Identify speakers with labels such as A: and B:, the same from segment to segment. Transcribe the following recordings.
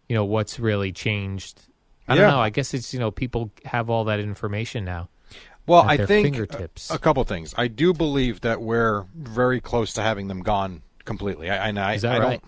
A: you know, what's really changed. I
B: Yeah.
A: don't know. I guess it's you know people have all that information now.
B: Well,
A: At
B: I
A: their
B: think
A: fingertips.
B: A, a couple things. I do believe that we're very close to having them gone completely. I, and I,
A: Is that
B: I
A: right?
B: don't.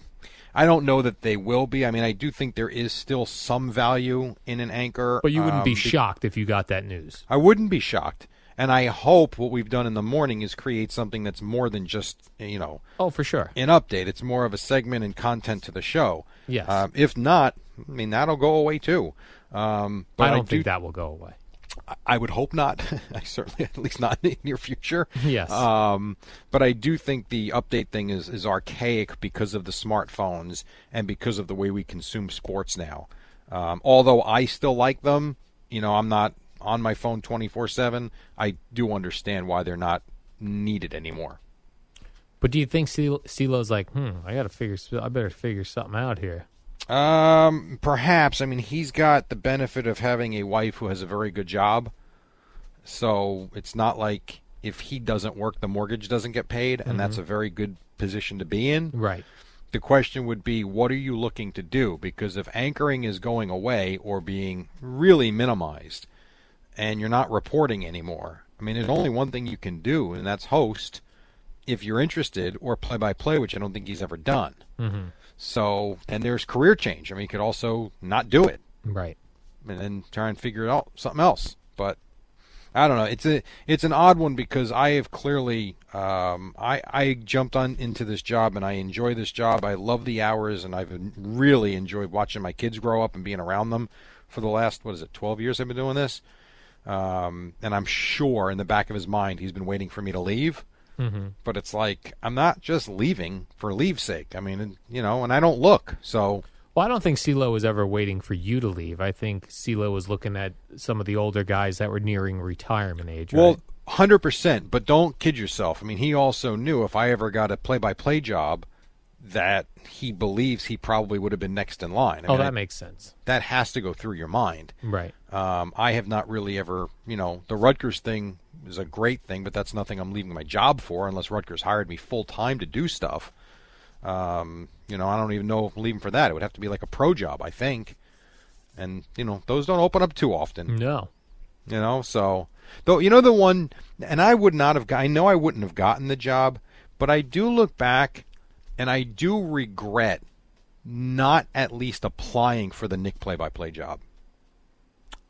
B: I don't know that they will be. I mean, I do think there is still some value in an anchor.
A: But you wouldn't be
B: um, be-
A: shocked if you got that news.
B: I wouldn't be shocked. And I hope what we've done in the morning is create something that's more than just, you know,
A: Oh, for sure.
B: an update. It's more of a segment and content to the show.
A: Yes.
B: Um, if not, I mean, that'll go away too. Um, but
A: I don't
B: do-
A: think that will go away.
B: I would hope not. I certainly, at least not in the near future.
A: Yes.
B: Um, but I do think the update thing is, is archaic because of the smartphones and because of the way we consume sports now. Um, although I still like them, you know, I'm not on my phone 24 7. I do understand why they're not needed anymore.
A: But do you think CeeLo CeeLo's like, hmm, I got to figure, I better figure something out here?
B: Um, perhaps. I mean, he's got the benefit of having a wife who has a very good job, so it's not like if he doesn't work, the mortgage doesn't get paid, and that's a very good position to be in.
A: Right.
B: The question would be, what are you looking to do? Because if anchoring is going away or being really minimized, and you're not reporting anymore, I mean, there's only one thing you can do, and that's host if you're interested, or play by play, which I don't think he's ever done. So, and there's career change. I mean, you could also not do it
A: Right.
B: and then try and figure out something else. But I don't know. It's a it's an odd one because I have clearly um, I I jumped on into this job and I enjoy this job. I love the hours and I've really enjoyed watching my kids grow up and being around them for the last what is it twelve years I've been doing this. Um, and I'm sure in the back of his mind he's been waiting for me to leave. Mm-hmm. But it's like I'm not just leaving for leave's sake. I mean, you know, and I don't look so.
A: Well, I don't think CeeLo was ever waiting for you to leave. I think CeeLo was looking at some of the older guys that were nearing retirement age. right?
B: Well, hundred percent. But don't kid yourself. I mean, he also knew if I ever got a play-by-play job, that he believes he probably would have been next in line. I
A: oh,
B: mean, I-
A: that makes sense.
B: that has to go through your mind.
A: Right.
B: Um, I have not really ever, you know, the Rutgers thing is a great thing, but that's nothing I'm leaving my job for unless Rutgers hired me full time to do stuff. Um, you know, I don't even know if I'm leaving for that. It would have to be like a pro job, I think. And you know, those don't open up too often.
A: No.
B: You know, so though you know the one, and I would not have. Got, I know I wouldn't have gotten the job, but I do look back, and I do regret not at least applying for the Nick play-by-play job.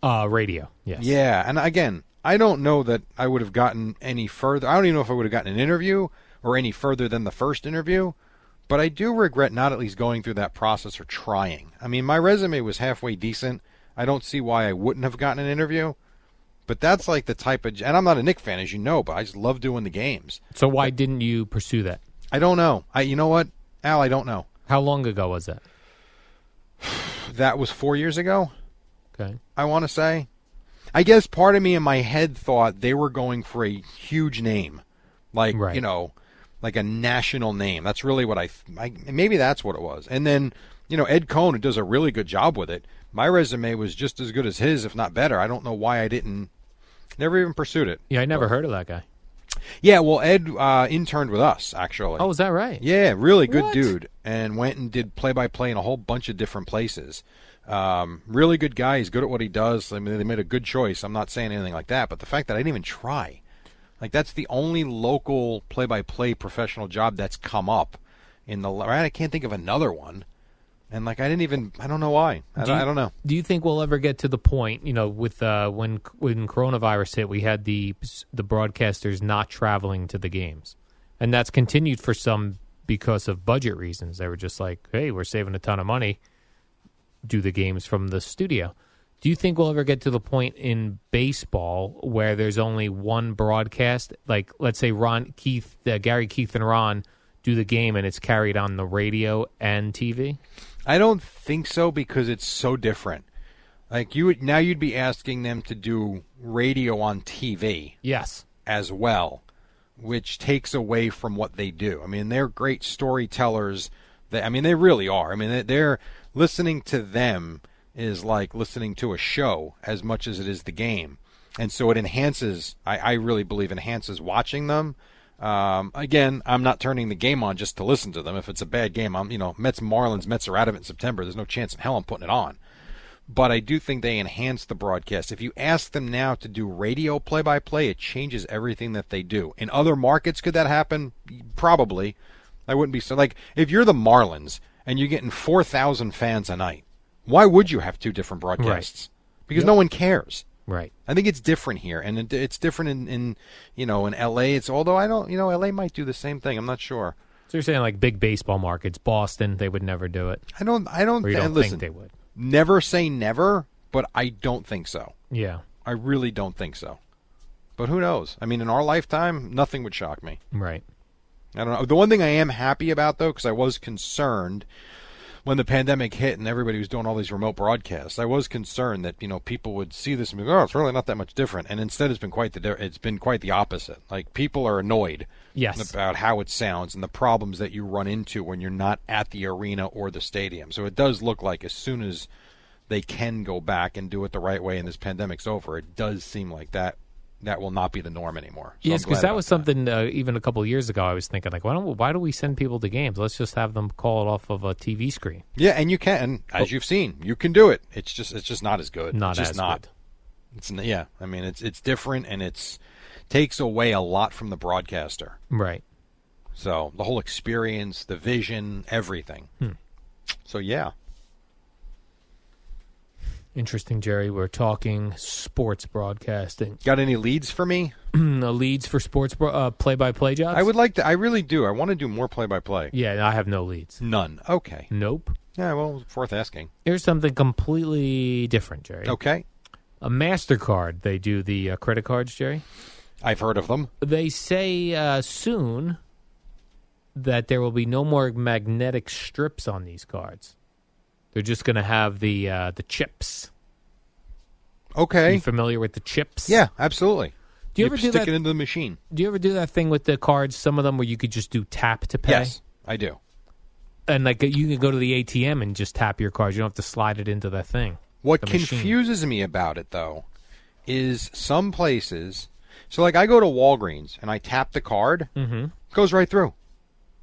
A: Uh, radio. Yes.
B: Yeah, and again, I don't know that I would have gotten any further. I don't even know if I would have gotten an interview or any further than the first interview. But I do regret not at least going through that process or trying. I mean, my resume was halfway decent. I don't see why I wouldn't have gotten an interview. But that's like the type of. And I'm not a Nick fan, as you know, but I just love doing the games.
A: So why didn't you pursue that?
B: I don't know. I, you know what, Al? I don't know.
A: How long ago was that?
B: That was four years ago.
A: Okay.
B: I want to say. I guess part of me in my head thought they were going for a huge name, like
A: Right.
B: you know, like a national name. That's really what I, th- I maybe that's what it was. And then you know Ed Cohn, who does a really good job with it. My resume was just as good as his, if not better. I don't know why I didn't, never even pursued it.
A: Yeah, I never heard of that guy.
B: Yeah, well, Ed uh, interned with us actually.
A: Oh, is that right?
B: Yeah, really good
A: What?
B: dude, and went and did play by play in a whole bunch of different places. Um, really good guy. He's good at what he does. I mean, they made a good choice. I'm not saying anything like that, but the fact that I didn't even try, like that's the only local play by play professional job that's come up in the. Right, I can't think of another one, and like I didn't even. I don't know why. I,
A: Do
B: don't,
A: you-
B: I don't know.
A: Do you think we'll ever get to the point, you know, with uh, when when coronavirus hit, we had the the broadcasters not traveling to the games, and that's continued for some because of budget reasons. They were just like, "Hey, we're saving a ton of money. Do the games from the studio." Do you think we'll ever get to the point in baseball where there's only one broadcast? Like, let's say Ron Keith, uh, Gary Keith, and Ron do the game, and it's carried on the radio and TV.
B: I don't think so because it's so different. Like you would now, you'd be asking them to do radio on TV.
A: Yes.
B: as well, which takes away from what they do. I mean, they're great storytellers. They, I mean, they really are. I mean, they- they're listening to them is like listening to a show as much as it is the game, and so it enhances. I, I really believe enhances watching them. Um, again, I'm not turning the game on just to listen to them. If it's a bad game, I'm you know Mets Marlins Mets are out of it in September. There's no chance in hell I'm putting it on but I do think they enhance the broadcast. If you ask them now to do radio play by play, it changes everything that they do. In other markets, could that happen? Probably. I wouldn't be so like if you're the Marlins and you're getting four thousand fans a night. Why would you have two different broadcasts? Because no one cares.
A: Right.
B: I think it's different here, and it, it's different in, in you know in L.A. It's although I don't you know L.A. might do the same thing. I'm not sure.
A: So you're saying like big baseball markets, Boston, they would never do it,
B: I don't I don't,
A: or you
B: thi-
A: don't
B: listen.
A: think they would?
B: Never say never, but I don't think so.
A: Yeah,
B: I really don't think so. But who knows? I mean, in our lifetime, nothing would shock me.
A: right.
B: I don't know. The one thing I am happy about, though, because I was concerned when the pandemic hit and everybody was doing all these remote broadcasts, I was concerned that you know people would see this and be, oh, it's really not that much different. And instead, it's been quite the di- it's been quite the opposite. Like people are annoyed
A: Yes.
B: about how it sounds and the problems that you run into when you're not at the arena or the stadium. So it does look like as soon as they can go back and do it the right way and this pandemic's over, it does seem like that that will not be the norm anymore. So
A: yes,
B: I'm glad
A: because that
B: about
A: was something uh, even a couple years ago. I was thinking like, why don't why do we send people to games? Let's just have them call it off of a TV screen.
B: Yeah, and you can, as you've seen, you can do it. It's just it's just not as good.
A: Oh. Not
B: it's just
A: as
B: not.
A: good.
B: It's n- yeah. I mean, it's it's different and it's takes away a lot from the broadcaster.
A: Right.
B: So the whole experience, the vision, everything.
A: Hmm.
B: So yeah,
A: Interesting, Jerry. We're talking sports broadcasting.
B: got any leads for me?
A: Uh, leads for sports bro- uh, play-by-play jobs.
B: I would like to. I really do. I want to do more play-by-play.
A: Yeah, I have no leads.
B: None. Okay.
A: Nope.
B: Yeah. Well, it's worth asking.
A: Here's something completely different, Jerry.
B: Okay.
A: A Mastercard. They do the uh, credit cards, Jerry.
B: I've heard of them.
A: they say uh, soon that there will be no more magnetic strips on these cards. They're just going to have the uh, the chips. Are you
B: Okay.
A: familiar with the chips?
B: Yeah. Absolutely.
A: Do you ever do
B: stick
A: that?
B: it into the machine?
A: do you ever do that thing with the cards? Some of them where you could just do tap to pay,
B: Yes, I do.
A: and like you can go to the ATM and just tap your cards. You don't have to slide it into that thing.
B: What
A: the machine.
B: confuses me about it though is some places. So like I go to Walgreens and I tap the card, mm-hmm. goes right through,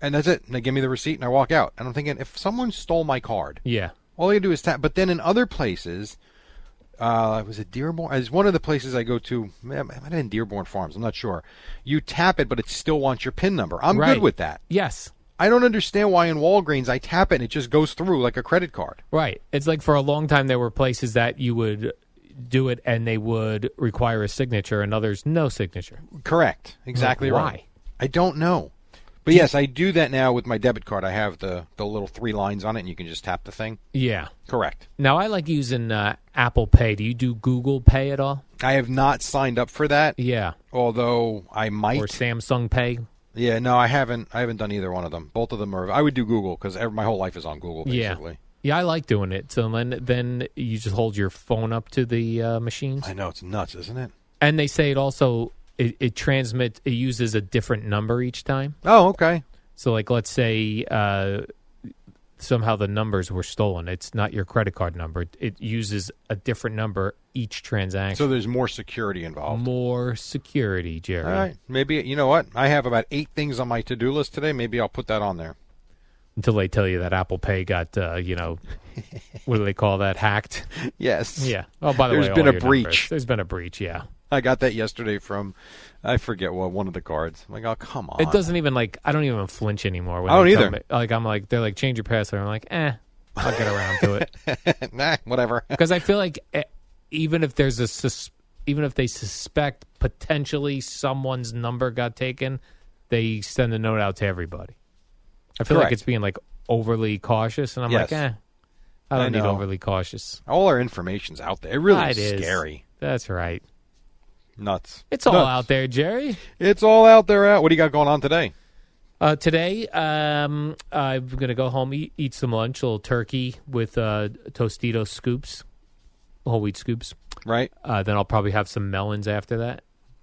B: and that's it. And they give me the receipt and I walk out. And I'm thinking if someone stole my card,
A: Yeah,
B: all you do is tap. But then in other places, uh, was it Dearborn? It's one of the places I go to. It might have been Dearborn Farms. I'm not sure. You tap it, but it still wants your PIN number. I'm
A: Right.
B: good with that.
A: yes,
B: I don't understand why in Walgreens I tap it and it just goes through like a credit card.
A: right. It's like for a long time there were places that you would do it and they would require a signature, and others no signature.
B: Correct. Exactly
A: Why?
B: right. I don't know. But yes, I do that now with my debit card. I have the the little three lines on it, and you can just tap the thing.
A: Yeah.
B: Correct.
A: Now I like using uh, Apple Pay. Do you do Google Pay at all?
B: I have not signed up for that,
A: Yeah.
B: although I might.
A: Or Samsung Pay?
B: Yeah, no, I haven't. I haven't done either one of them. Both of them are. I would do Google because my whole life is on Google. Basically.
A: Yeah. Yeah, I like doing it. So then, then you just hold your phone up to the uh, machines,
B: I know it's nuts, isn't it?
A: and they say it also it, it transmits it uses a different number each time.
B: Oh, okay.
A: So like let's say uh, somehow the numbers were stolen. It's not your credit card number. It, it uses a different number each transaction.
B: So there's more security involved.
A: More security, Jerry.
B: All right. Maybe you know what? I have about eight things on my to-do list today. Maybe I'll put that on there.
A: Until they tell you that Apple Pay got uh, you know what do they call that hacked?
B: Yes.
A: Yeah. Oh, by the
B: There's
A: way,
B: been
A: all
B: a
A: your
B: breach.
A: numbers. There's been a breach. Yeah.
B: I got that yesterday from, I forget what one of the cards. I'm like, oh come on.
A: It doesn't even like I don't even flinch anymore. When
B: I don't
A: they tell
B: either.
A: me- like I'm like they're like change your password. I'm like eh, I'll get around to it
B: nah, whatever.
A: because I feel like eh, even if there's a sus- even if they suspect potentially someone's number got taken, they send a note out to everybody. I feel like
B: Correct.
A: it's being like overly cautious, and I'm like
B: Yes.
A: eh, I don't
B: I
A: need
B: know.
A: overly cautious.
B: All our information's out there. It really
A: It
B: is
A: is.
B: scary.
A: That's right.
B: Nuts.
A: It's all
B: Nuts.
A: out there, Jerry.
B: It's all out there. Out. What do you got going on today?
A: Uh, today, um, I'm going to go home, eat, eat some lunch, a little turkey with uh, Tostito scoops, whole wheat scoops.
B: Right.
A: Uh, then I'll probably have some melons after that.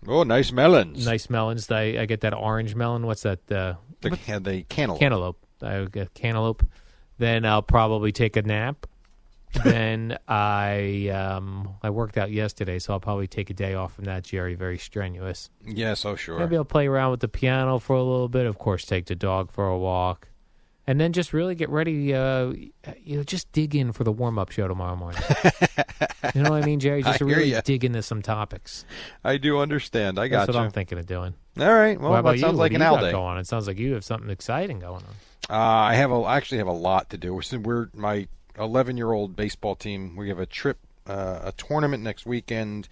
B: Oh, nice melons.
A: Nice melons. I, I get that orange melon. What's that? Uh,
B: The, the cantaloupe.
A: cantaloupe. I get cantaloupe. Then I'll probably take a nap. then I um, I worked out yesterday, so I'll probably take a day off from that, Jerry. Very strenuous.
B: yes. Oh, sure.
A: Maybe I'll play around with the piano for a little bit. Of course, take the dog for a walk, and then just really get ready. Uh, you know, just dig in for the warm up show tomorrow morning. you know what I mean, Jerry? Just
B: I hear
A: really
B: ya.
A: dig into some topics.
B: I do understand. I
A: That's
B: got
A: what
B: you.
A: I'm thinking of doing.
B: All right. Well,
A: What about
B: that
A: you?
B: sounds
A: What
B: like
A: do
B: an
A: you
B: owl
A: got
B: day.
A: going on? It sounds like you have something exciting going on.
B: Uh, I have a, I actually have a lot to do. Since We're my 11 year old baseball team. We have a trip, uh, a tournament next weekend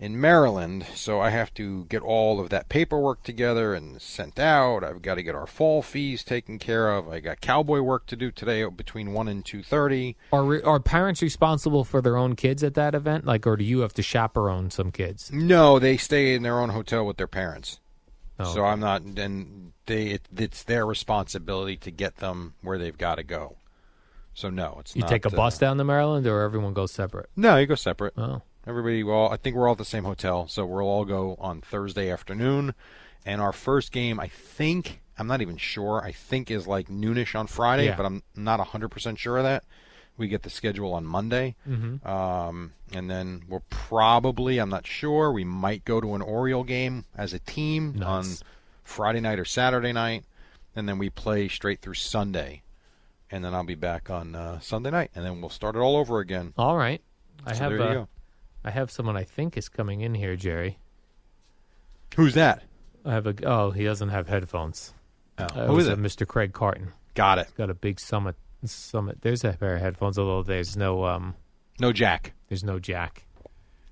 B: in Maryland. So I have to get all of that paperwork together and sent out. I've got to get our fall fees taken care of. I got cowboy work to do today between one and two thirty.
A: Are re- are parents responsible for their own kids at that event? Like, or do you have to chaperone some kids?
B: No, they stay in their own hotel with their parents.
A: Oh,
B: so I'm not. And they it, it's their responsibility to get them where they've got to go. So no, it's
A: You
B: not,
A: take a
B: uh,
A: bus down to Maryland, or everyone goes separate.
B: No, you go separate.
A: Oh,
B: Everybody, well, I think we're all at the same hotel, so we'll all go on Thursday afternoon. And our first game, I think, I'm not even sure, I think is like noonish on Friday,
A: Yeah.
B: but I'm not 100% sure of that. We get the schedule on Monday.
A: Mm-hmm.
B: Um, and then we'll probably, I'm not sure, we might go to an Oriole game as a team
A: Nice.
B: on Friday night or Saturday night. And then we play straight through Sunday. And then I'll be back on uh, Sunday night. And then we'll start it all over again.
A: all right. I
B: So
A: have
B: there you
A: uh,
B: go.
A: I have someone I think is coming in here, Jerry.
B: Who's that?
A: I have a. Oh, he doesn't have headphones.
B: Oh,
A: Uh,
B: who
A: was
B: is it?
A: a Mr. Craig Carton.
B: Got it.
A: Got a big summit. Summit. There's a pair of headphones, although there's no um,
B: No Jack.
A: there's no jack.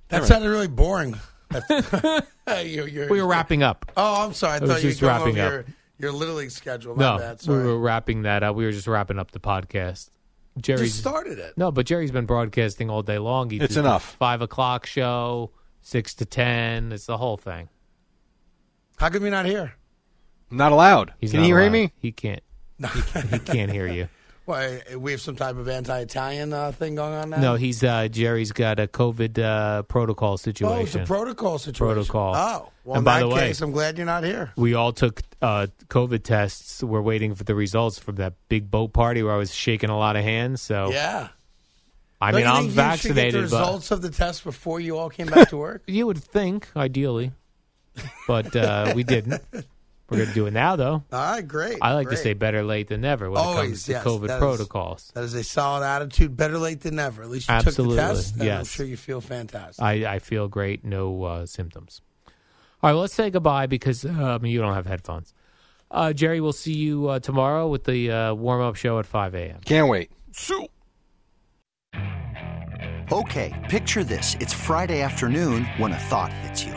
C: That sounded really boring. That's- you, you're,
A: We were wrapping up.
C: Oh, I'm sorry. I
A: was
C: thought you were
A: just
C: going
A: wrapping
C: over
A: up.
C: your, your Little League schedule. My
A: No,
C: bad.
A: we
C: Sorry.
A: were wrapping that up. We were just wrapping up the podcast. Jerry's
C: just started it.
A: no, but Jerry's been broadcasting all day long. He
B: It's
A: did the
B: enough.
A: Five o'clock show, six to ten. It's the whole thing.
C: How come you're not here?
B: Not allowed.
A: He's
B: Can
A: not
B: you hear
A: allowed.
B: me?
A: He can't. He, can't- he can't hear you.
C: Why? We have some type of anti-Italian uh, thing going on now.
A: No, he's uh, Jerry's got a COVID uh, protocol situation.
C: Oh, it's a protocol situation.
A: Protocol.
C: Oh,
A: And
C: well, in
A: by
C: that
A: the way-
C: case, I'm glad you're not here.
A: we all took uh, COVID tests. We're waiting for the results from that big boat party where I was shaking a lot of hands. So
C: Yeah.
A: I
C: Don't
A: mean,
C: you
A: I'm
C: think you should get the
A: vaccinated, but
C: results of the test before you all came back to work.
A: you would think ideally, but uh, we didn't. We're going to do it now, though.
C: all right, great.
A: I like
C: great.
A: to say better late than never when it comes
C: Always,
A: to
C: yes,
A: COVID
C: that is-
A: protocols.
C: that is a solid attitude. Better late than never. At least you
A: Absolutely,
C: took the test. and I'm
A: yes.
C: sure you feel fantastic.
A: I, I feel great, no uh, symptoms. All right, well, let's say goodbye because uh, I mean, you don't have headphones. Uh, Jerry, we'll see you uh, tomorrow with the uh, warm up show at 5 a.m.
B: Can't wait.
D: Okay, picture this. It's Friday afternoon when a thought hits you.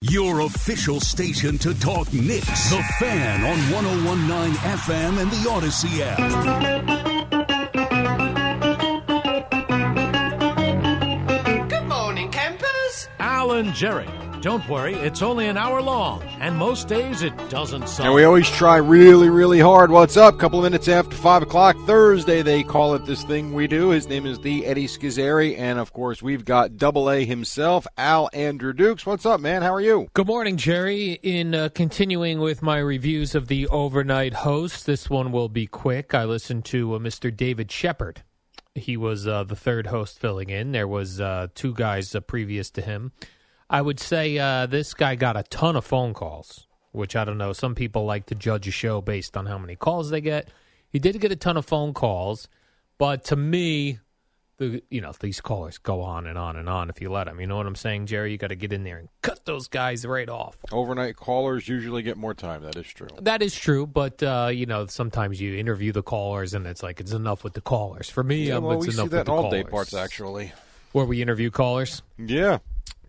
E: Your official station to talk Knicks. The Fan on 1019 FM and the Odyssey app.
F: Good morning, campers.
G: Alan Jerry. Don't worry, it's only an hour long, and most days it doesn't suck.
B: And we always try really, really hard. What's up? Couple of minutes after five o'clock Thursday, they call it this thing we do. His name is the Eddie Schizzeri, and of course we've got Double A himself, Al Andrew Dukes. What's up, man? How are you?
A: Good morning, Jerry. In uh, continuing with my reviews of the overnight hosts, this one will be quick. I listened to uh, Mr. David Shepard. He was uh, the third host filling in. There was uh, two guys uh, previous to him. I would say uh, this guy got a ton of phone calls, which I don't know. Some people like to judge a show based on how many calls they get. He did get a ton of phone calls, but to me, the you know these callers go on and on and on if you let them. You know what I'm saying, Jerry? You got to get in there and cut those guys right off.
B: Overnight callers usually get more time. That is true.
A: That is true, but uh, you know sometimes you interview the callers and it's like it's enough with the callers. For me, um,
B: well,
A: it's
B: we see
A: enough
B: that
A: with
B: in all
A: the
B: day
A: callers.
B: parts, actually.
A: where we interview callers.
B: Yeah.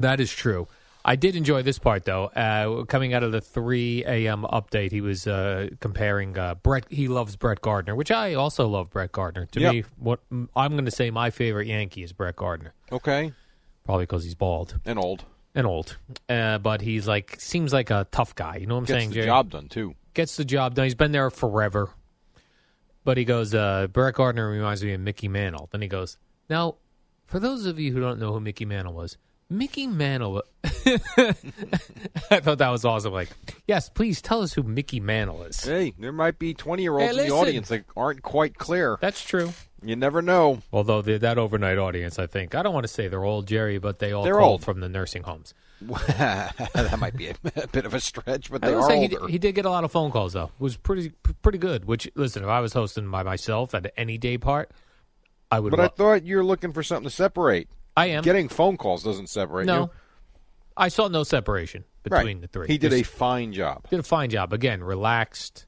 A: That is true. I did enjoy this part though. Uh, coming out of the three a.m. update, he was uh, comparing uh, Brett. He loves Brett Gardner, which I also love Brett Gardner. To
B: Yep.
A: me, what m- I'm going to say, my favorite Yankee is Brett Gardner,
B: Okay.
A: probably because he's bald
B: And old.
A: and old. Uh, but he's like seems like a tough guy. You know what I'm
B: Gets
A: saying?
B: the
A: Jerry?
B: job done too.
A: gets the job done. He's been there forever. But he goes, uh, Brett Gardner reminds me of Mickey Mantle. Then he goes, now, for those of you who don't know who Mickey Mantle was, Mickey Mantle. I thought that was awesome. Like, yes, please tell us who Mickey Mantle is.
B: Hey, there might be twenty year olds
A: Hey,
B: in the
A: listen.
B: audience that aren't quite clear.
A: That's true.
B: You never know.
A: Although the, that overnight audience, I think, I don't want to say they're old, Jerry, but they all
B: They're
A: called
B: old.
A: from the nursing homes.
B: that might be a, bit of a stretch, but
A: I
B: they
A: will
B: are
A: say he,
B: older.
A: did- he did get a lot of phone calls though. It was pretty p- pretty good. Which listen, if I was hosting by myself at any day part, I would.
B: but
A: lo-
B: I thought you were looking for something to separate.
A: I am
B: Getting phone calls doesn't separate
A: no,
B: you.
A: I saw no separation
B: Right.
A: between the three.
B: He did a
A: Just
B: fine job.
A: did a fine job again. Relaxed,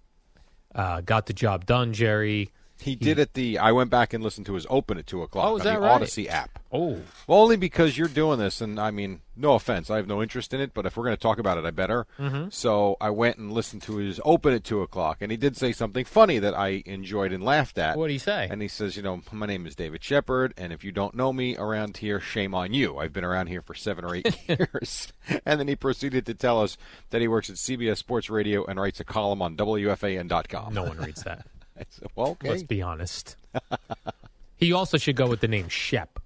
A: uh, got the job done, Jerry.
B: He did it the. I went back and listened to his open at two o'clock
A: Oh, is
B: on
A: that
B: the
A: right?
B: Odyssey app.
A: Oh,
B: Well, only because you're doing this, and I mean, no offense, I have no interest in it, but if we're going to talk about it, I better.
A: Mm-hmm.
B: So I went and listened to his open at two o'clock, and he did say something funny that I enjoyed and laughed at.
A: what do you say?
B: And he says, you know, my name is David Shepard, and if you don't know me around here, shame on you. I've been around here for seven or eight years. And then he proceeded to tell us that he works at CBS Sports Radio and writes a column on WFAN.com.
A: no one reads that.
B: I said, well, okay.
A: Let's be honest. he also should go with the name Shep,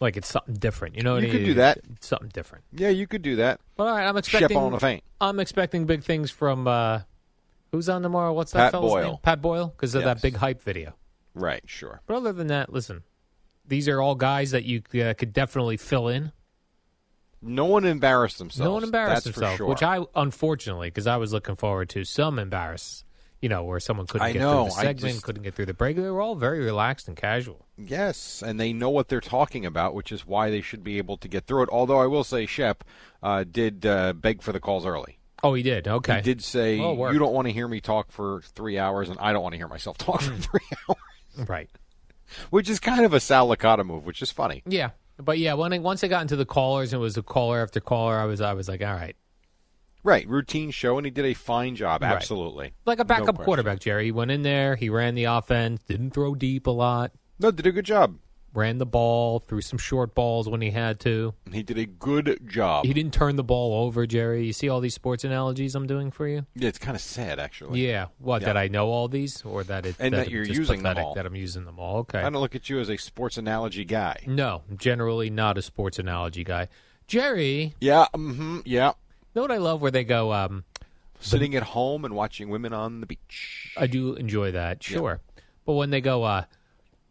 A: like it's something different. You know what
B: You
A: I
B: could
A: mean?
B: do that.
A: It's something different.
B: yeah, you could do that.
A: But all right, I'm
B: Shep
A: expecting.
B: on a faint.
A: I'm expecting big things from uh, who's on tomorrow. What's that
B: Pat
A: fellow's
B: Boyle.
A: name? Pat Boyle, because of
B: Yes.
A: that big hype video.
B: Right, sure.
A: But other than that, listen, these are all guys that you uh, could definitely fill in.
B: No one embarrassed themselves.
A: no one embarrassed
B: That's
A: himself,
B: for sure.
A: which I unfortunately, because I was looking forward to some embarrass, you know, where someone couldn't
B: I
A: get
B: know,
A: through the
B: I
A: segment,
B: just-
A: couldn't get through the break. They were all very relaxed and casual.
B: Yes, and they know what they're talking about, which is why they should be able to get through it. Although I will say, Shep uh, did uh, beg for the calls early.
A: Oh, he did. Okay,
B: He did say,
A: Well, it worked.
B: "You don't want to hear me talk for three hours, and I don't want to hear myself talk
A: Hmm.
B: for three hours,"
A: right.
B: which is kind of a Sal Licata move, which is funny.
A: Yeah, but yeah, when I, once I got into the callers and it was a caller after caller, I was I was like, all right,
B: Right, routine show, and he did a fine job.
A: Right.
B: Absolutely,
A: like a
B: No
A: backup
B: question.
A: quarterback. Jerry he went in there, he ran the offense, didn't throw deep a lot,
B: No, did a good job.
A: ran the ball, threw some short balls when he had to.
B: He did a good job.
A: He didn't turn the ball over, Jerry. You see all these sports analogies I'm doing for you?
B: Yeah, it's kind of sad, actually.
A: yeah. What, that I know all these or that it,
B: And that
A: I'm
B: you're
A: just
B: using them
A: pathetic
B: all.
A: that I'm using them all. Okay.
B: I don't look at you as a sports analogy guy.
A: No, generally not a sports analogy guy. Jerry,
B: Yeah, mm-hmm, yeah.
A: know what I love where they go um
B: Sitting at home and watching women on the beach.
A: I do enjoy that, sure. But when they go uh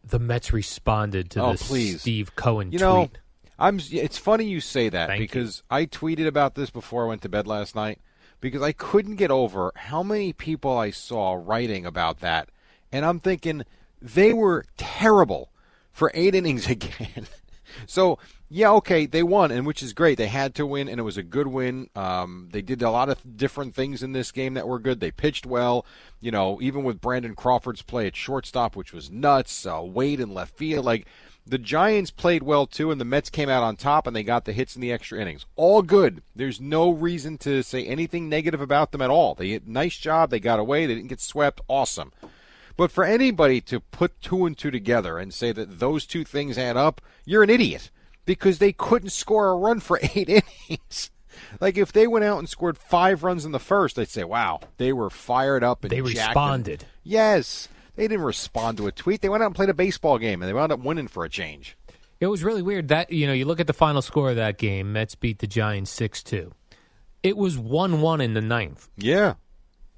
A: the Mets responded to
B: Oh,
A: this
B: please.
A: Steve Cohen
B: You
A: tweet.
B: know, I'm. It's funny you say that
A: Thank you.
B: because I tweeted about this before I went to bed last night. because I couldn't get over how many people I saw writing about that. And I'm thinking they were terrible for eight innings again. so, yeah, okay, they won, and which is great. They had to win, and it was a good win. Um, they did a lot of different things in this game that were good. They pitched well, you know, even with Brandon Crawford's play at shortstop, which was nuts. Uh, Wade in left field, like the Giants played well too, and the Mets came out on top, and they got the hits in the extra innings. All good. There's no reason to say anything negative about them at all. They did nice job. They got away. They didn't get swept. Awesome. But for anybody to put two and two together and say that those two things add up, you're an idiot because they couldn't score a run for eight innings. like if they went out and scored five runs in the first, they'd say, "Wow, they were fired up and
A: They
B: jacked and-"
A: responded.
B: Yes, they didn't respond to a tweet. They went out and played a baseball game, and they wound up winning for a change.
A: It was really weird that you know you look at the final score of that game. Mets beat the Giants six two. It was one one in the ninth.
B: Yeah.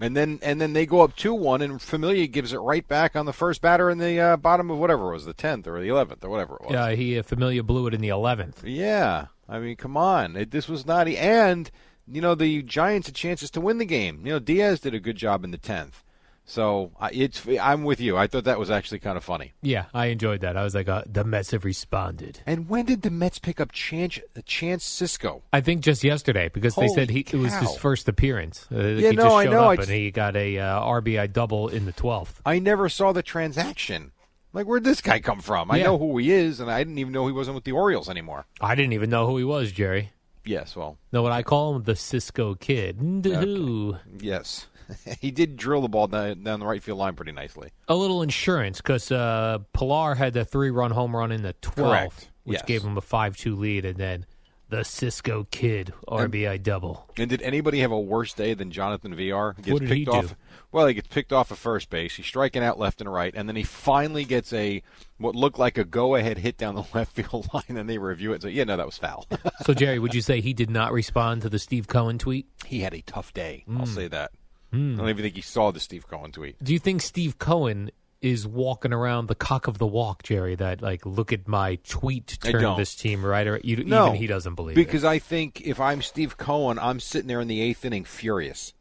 B: And then and then they go up two one, and Familia gives it right back on the first batter in the uh, bottom of whatever it was the tenth or the eleventh or whatever it was.
A: Uh, he uh, Familia blew it in the eleventh.
B: Yeah. I mean, come on, it, this was not. e-, And you know the Giants had chances to win the game. You know Diaz did a good job in the tenth. So I, it's I'm with you. I thought that was actually kind of funny.
A: Yeah, I enjoyed that. I was like, uh, the Mets have responded.
B: And when did the Mets pick up Chance Chance Cisco?
A: I think just yesterday because they
B: Holy
A: said he it was
B: cow.
A: his first appearance. Uh,
B: Yeah,
A: he
B: no,
A: just
B: I
A: showed
B: know.
A: up
B: I
A: and
B: just-
A: he got a uh, RBI double in the twelfth.
B: I never saw the transaction. Like where'd this guy come from? I
A: Yeah.
B: know who he is, and I didn't even know he wasn't with the Orioles anymore.
A: I didn't even know who he was, Jerry.
B: Yes, well,
A: No, what I call him the Cisco Kid. Who?
B: Yes. he did drill the ball down, down the right field line pretty nicely.
A: a little insurance because uh, Pilar had the three run home run in the 12th,
B: Correct.
A: which
B: Yes.
A: gave him a 5 2 lead, and then the Cisco Kid RBI double.
B: And did anybody have a worse day than Jonathan VR? He Gets
A: What did he
B: picked off.
A: do?
B: Well, he gets picked off at first base. He's striking out left and right, and then he finally gets a what looked like a go-ahead hit down the left field line. And they review it and say, "Yeah, no, that was foul."
A: So, Jerry, would you say he did not respond to the Steve Cohen tweet?
B: he had a tough day.
A: Hmm.
B: I'll say that. I don't even think he saw the Steve Cohen tweet.
A: Do you think Steve Cohen is walking around the cock of the walk, Jerry, that, like, look at my tweet
B: I
A: to turn
B: don't.
A: this team right? Or you,
B: No,
A: even he doesn't believe it.
B: because I think if I'm Steve Cohen, I'm sitting there in the eighth inning furious.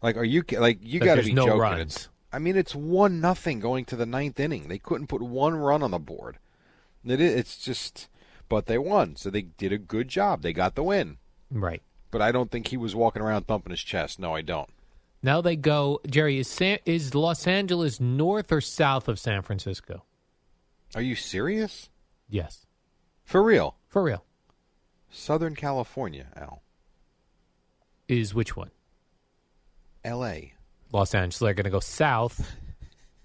B: Like, are you ki- like you
A: That
B: got to
A: there's
B: be
A: no
B: joking?
A: runs.
B: It's- I mean, it's one nothing going to the ninth inning. They couldn't put one run on the board. It, i- it's just, but they won, so they did a good job. They got the win.
A: Right.
B: But I don't think he was walking around thumping his chest. No, I don't.
A: Now they go, Jerry, is, San, is Los Angeles north or south of San Francisco?
B: Are you serious?
A: Yes.
B: For real?
A: For real.
B: Southern California, Al,
A: Is which one?
B: L.A.
A: Los Angeles. They're going to go south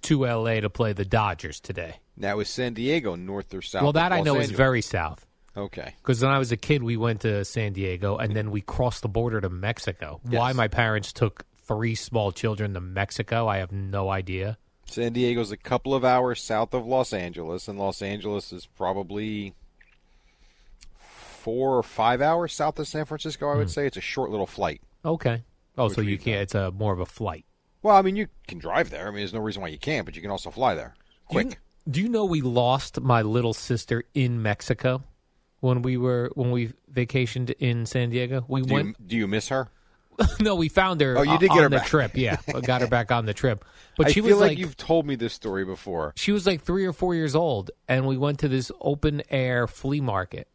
A: to L.A. to play the Dodgers today.
B: That was San Diego, north or south.
A: well,
B: of
A: that I
B: Los
A: know is
B: Angeles.
A: very south
B: okay.
A: because when I was a kid, we went to San Diego and then we crossed the border to Mexico. Why
B: Yes.
A: my parents took three small children to Mexico, I have no idea.
B: San Diego's a couple of hours south of Los Angeles, and Los Angeles is probably four or five hours south of San Francisco. I would
A: Hmm.
B: say it's a short little flight.
A: Okay. Oh,
B: Which
A: so you
B: we've
A: can't. It's a more of a flight.
B: Well, I mean, you can drive there. I mean, there's no reason why you can't, but you can also fly there quick.
A: Do you, do you know we lost my little sister in Mexico when we were when we vacationed in San Diego? We
B: do,
A: went.
B: you, do you miss her?
A: no, we found her.
B: Oh, you
A: uh,
B: did get
A: on
B: her
A: the
B: back.
A: trip. Yeah, I got her back on the trip. But
B: I
A: she
B: feel
A: was
B: like,
A: like
B: you've told me this story before.
A: she was like three or four years old, and we went to this open air flea market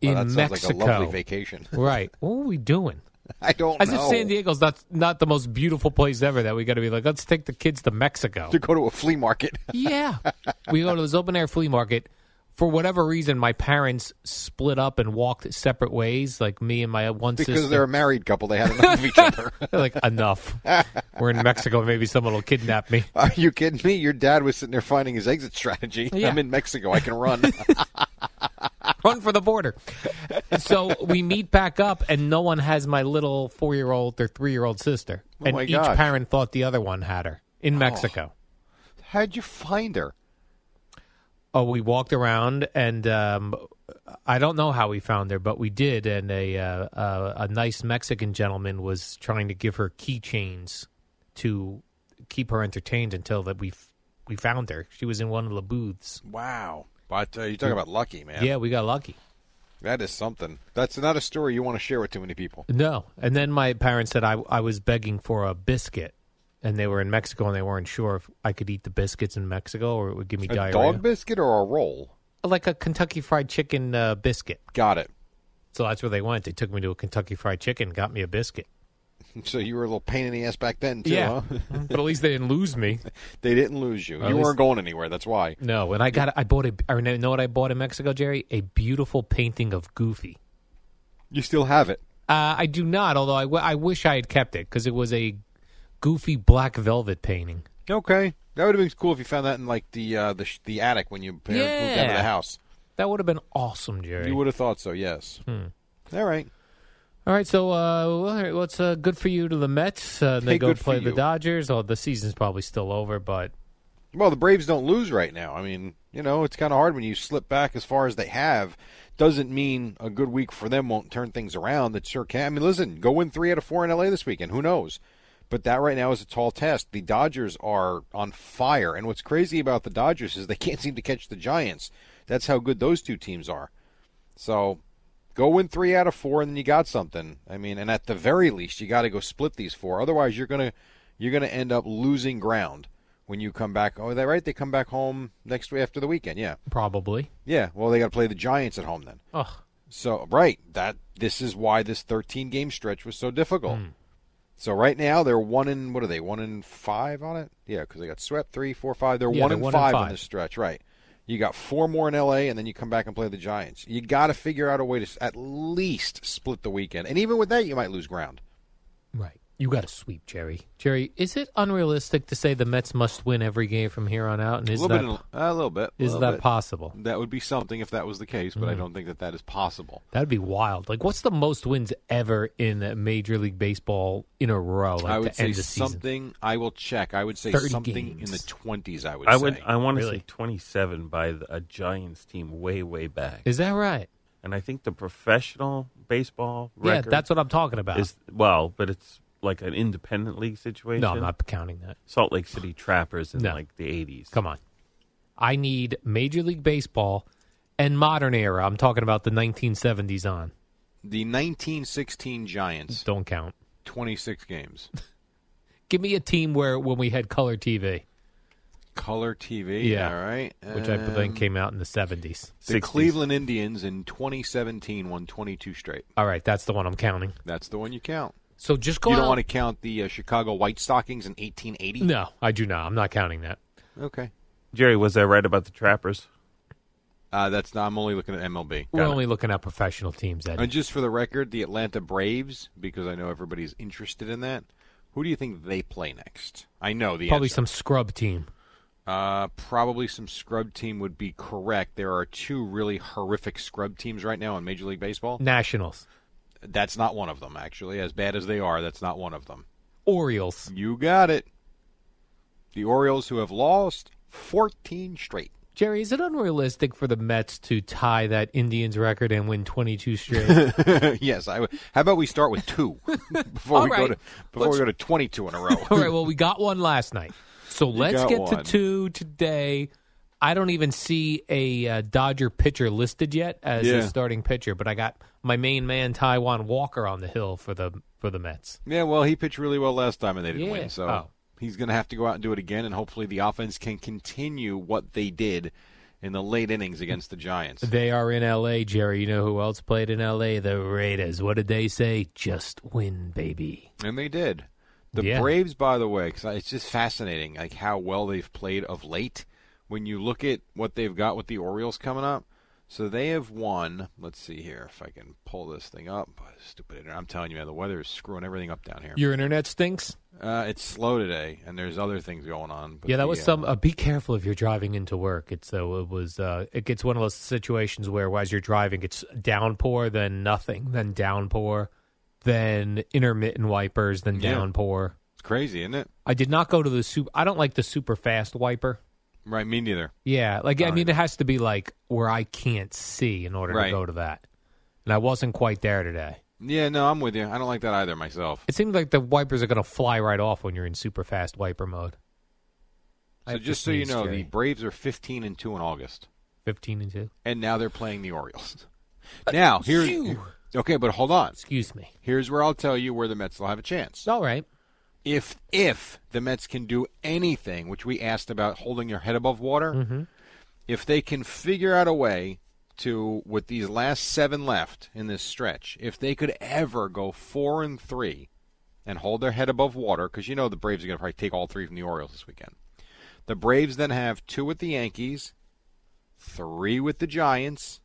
B: Wow,
A: in
B: Oh, that sounds
A: Mexico.
B: like a lovely vacation.
A: right? What were we doing?
B: I don't
A: As
B: know.
A: if San Diego's not not the most beautiful place ever. That we got to be like, let's take the kids to Mexico.
B: to go to a flea market.
A: yeah, we go to this open air flea market. For whatever reason, my parents split up and walked separate ways. Like me and my one
B: Because
A: sister.
B: they're a married couple, they had enough of each other.
A: They're like enough. We're in Mexico. Maybe someone will kidnap me.
B: Are you kidding me? Your dad was sitting there finding his exit strategy.
A: Yeah.
B: I'm in Mexico. I can run.
A: run for the border. So we meet back up, and no one has my little four year old or three year old sister.
B: Oh,
A: and
B: my
A: each
B: gosh. Oh.
A: parent thought the other one had her in Mexico.
B: How'd you find her?
A: Oh, we walked around, and um, I don't know how we found her, but we did. And a uh, uh, a nice Mexican gentleman was trying to give her keychains to keep her entertained until that we f- we found her. She was in one of the booths.
B: Wow. But uh, you're talking about lucky, man.
A: Yeah, we got lucky.
B: That is something. That's not a story you want to share with too many people.
A: No. And then my parents said I, I was begging for a biscuit, and they were in Mexico and they weren't sure if I could eat the biscuits in Mexico or it would give me
B: A
A: diarrhea.
B: dog biscuit or a roll?
A: like a Kentucky Fried Chicken uh, biscuit.
B: Got it.
A: So that's where they went. They took me to a Kentucky Fried Chicken, got me a biscuit.
B: So you were a little pain in the ass back then, too, huh?
A: but at least they didn't lose me.
B: They didn't lose you.
A: At
B: you
A: least-
B: weren't going anywhere. That's why.
A: No, and I got I bought a or no, know what I bought in Mexico, Jerry? A beautiful painting of Goofy.
B: You still have it.
A: Uh, I do not, although I, w- I wish I had kept it because it was a Goofy black velvet painting.
B: Okay. That would have been cool if you found that in like the uh, the, sh- the attic when you par- moved out of
A: Yeah.
B: the house.
A: That would have been awesome, Jerry.
B: You would have thought so. Yes.
A: Hmm.
B: All right.
A: All right, so uh, all right, what's uh, good for you to the Mets? Uh, they
B: Hey,
A: go
B: good for
A: play the
B: you.
A: Dodgers. Oh, the season's probably still over, but
B: Well, the Braves don't lose right now. I mean, you know, it's kind of hard when you slip back as far as they have. Doesn't mean a good week for them won't turn things around. That sure can. I mean, listen, go win three out of four in LA this weekend. Who knows? But that right now is a tall test. The Dodgers are on fire, and what's crazy about the Dodgers is they can't seem to catch the Giants. That's how good those two teams are. So, go win three out of four, and then you got something. I mean, and at the very least, you got to go split these four. Otherwise, you're gonna you're gonna end up losing ground when you come back. Oh, is that right? They come back home next week after the weekend. Yeah,
A: probably.
B: yeah. Well, they got to play the Giants at home then.
A: Oh,
B: So right, that this is why this 13 game stretch was so difficult.
A: Hmm.
B: So right now they're one in what are they? One in five on it? Yeah, because they got swept three, four, five. They're
A: Yeah,
B: one
A: they're
B: in
A: one in
B: five on
A: five.
B: this stretch, right? You got four more in LA, and then you come back and play the Giants. You got to figure out a way to s- at least split the weekend, and even with that, you might lose ground.
A: right. You got to sweep, Jerry. Jerry, is it unrealistic to say the Mets must win every game from here on out? And is
B: a little
A: that
B: bit, in- a little bit. a
A: is
B: little
A: that Hmm.
B: bit.
A: possible?
B: That would be something if that was the case, but I don't think that that is possible.
A: That'd be wild. Like, what's the most wins ever in Major League Baseball in a row? Like
B: I
A: to
B: would say
A: end the season?
B: something. I will check. I would say
A: 30
B: something in the
A: games.
B: twenties. I would.
H: I
B: say.
H: would. I want to
A: Really?
H: say 27 by the, a Giants team way, way back.
A: Is that right?
H: and I think the professional baseball
A: yeah,
H: record
A: that's what I'm talking about.
H: is well, but it's like an independent league situation.
A: no, I'm not counting that.
H: Salt Lake City Trappers in
A: No.
H: like the 80s.
A: Come on. I need Major League Baseball and modern era. I'm talking about the 1970s on.
B: The 1916 Giants,
A: Don't count.
B: 26 games.
A: Give me a team where when we had color TV,
B: Color TV,
A: Yeah.
B: all right.
A: which I think
B: Um,
A: came out in the 70s.
B: The
H: 60s.
B: Cleveland Indians in 2017 won 22 straight.
A: All right, that's the one I'm counting.
B: That's the one you count.
A: So just go
B: you
A: out-
B: don't want to count the uh, Chicago White Stockings in 1880?
A: No, I do not. I'm not counting that.
B: Okay.
H: Jerry, was I right about the Trappers?
B: Uh, that's not, I'm only looking at MLB.
A: We're only looking at professional teams. That
B: And just for the record, the Atlanta Braves, because I know everybody's interested in that. Who do you think they play next? I know the
A: probably
B: answer.
A: some scrub team.
B: Uh, probably some scrub team would be correct. There are two really horrific scrub teams right now in Major League Baseball.
A: Nationals,
B: That's not one of them, actually. As bad as they are, that's not one of them.
A: Orioles.
B: You got it. The Orioles, who have lost 14 straight.
A: Jerry, is it unrealistic for the Mets to tie that Indians record and win 22 straight?
B: yes, I. would- How about we start with two before
A: All
B: we go
A: right.
B: to before we go to 22 in a row?
A: All right, well, we got one last night. So let's
B: got
A: get to
B: one.
A: two today. I don't even see a uh, Dodger pitcher listed yet as
B: Yeah.
A: a starting pitcher, but I got my main man Taiwan Walker on the hill for the for the Mets.
B: yeah, well, he pitched really well last time and they didn't
A: Yeah.
B: win, so
A: Oh.
B: he's going to have to go out and do it again, and hopefully the offense can continue what they did in the late innings against the Giants.
A: They are in L.A., Jerry. You know who else played in L.A.? The Raiders. What did they say? Just win, baby.
B: And they did. The
A: Yeah.
B: Braves, by the way, 'cause I it's just fascinating, like how well they've played of late. When you look at what they've got with the Orioles coming up, so they have won. Let's see here if I can pull this thing up. Stupid internet! I'm telling you, man, the weather is screwing everything up down here.
A: Your internet stinks.
B: Uh, it's slow today, and there's other things going on. But
A: yeah, that
B: the,
A: was
B: uh,
A: some. Uh, be careful if you're driving into work. It's so it was. Uh, it gets one of those situations where as you're driving, it's downpour, then nothing, then downpour, then intermittent wipers, then
B: Yeah.
A: downpour.
B: It's crazy, isn't it?
A: I did not go to the super. I don't like the super fast wiper.
B: Right. Me neither.
A: Yeah, like I mean, it has to be like where I can't see in order
B: Right.
A: to go to that. And I wasn't quite there today.
B: Yeah, no, I'm with you. I don't like that either myself.
A: It seems like the wipers are going to fly right off when you're in super fast wiper mode. I
B: So
A: have to
B: just so you
A: sneeze,
B: know,
A: Jerry.
B: the Braves are 15 and two in August,
A: fifteen and two.
B: and now they're playing the Orioles. Now here, okay, but hold on.
A: Excuse me.
B: Here's where I'll tell you where the Mets will have a chance.
A: All right.
B: If if the Mets can do anything, which we asked about holding your head above water, if they can figure out a way to with these last seven left in this stretch, if they could ever go four and three and hold their head above water, because you know the Braves are going to probably take all three from the Orioles this weekend. The Braves then have two with the Yankees, three with the Giants,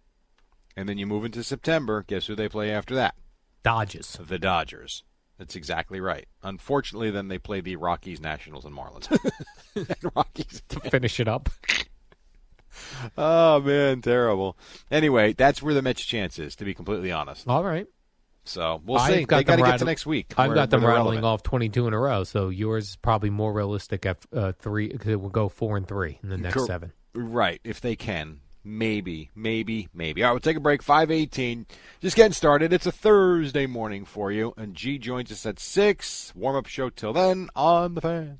B: and then you move into September. Guess who they play after that?
A: Dodges.
B: The Dodgers. That's exactly right. Unfortunately, then they play the Rockies, Nationals, and Marlins. And Rockies.
A: To finish it up.
B: Oh man, terrible. Anyway, that's where the Mets' chance is, to be completely honest.
A: All right.
B: So we'll
A: I've
B: see.
A: got
B: they got to
A: them
B: get
A: rattle-
B: to next week.
A: I've
B: where-
A: got them
B: where they're
A: rattling
B: relevant.
A: off 22 in a row, so yours is probably more realistic at uh, three, because it will go four and three in the next
B: Cor-
A: seven.
B: Right, if they can. Maybe, maybe, maybe. All right, we'll take a break. 518. Just getting started. It's a Thursday morning for you, and G joins us at 6. Warm up show till then on the fan.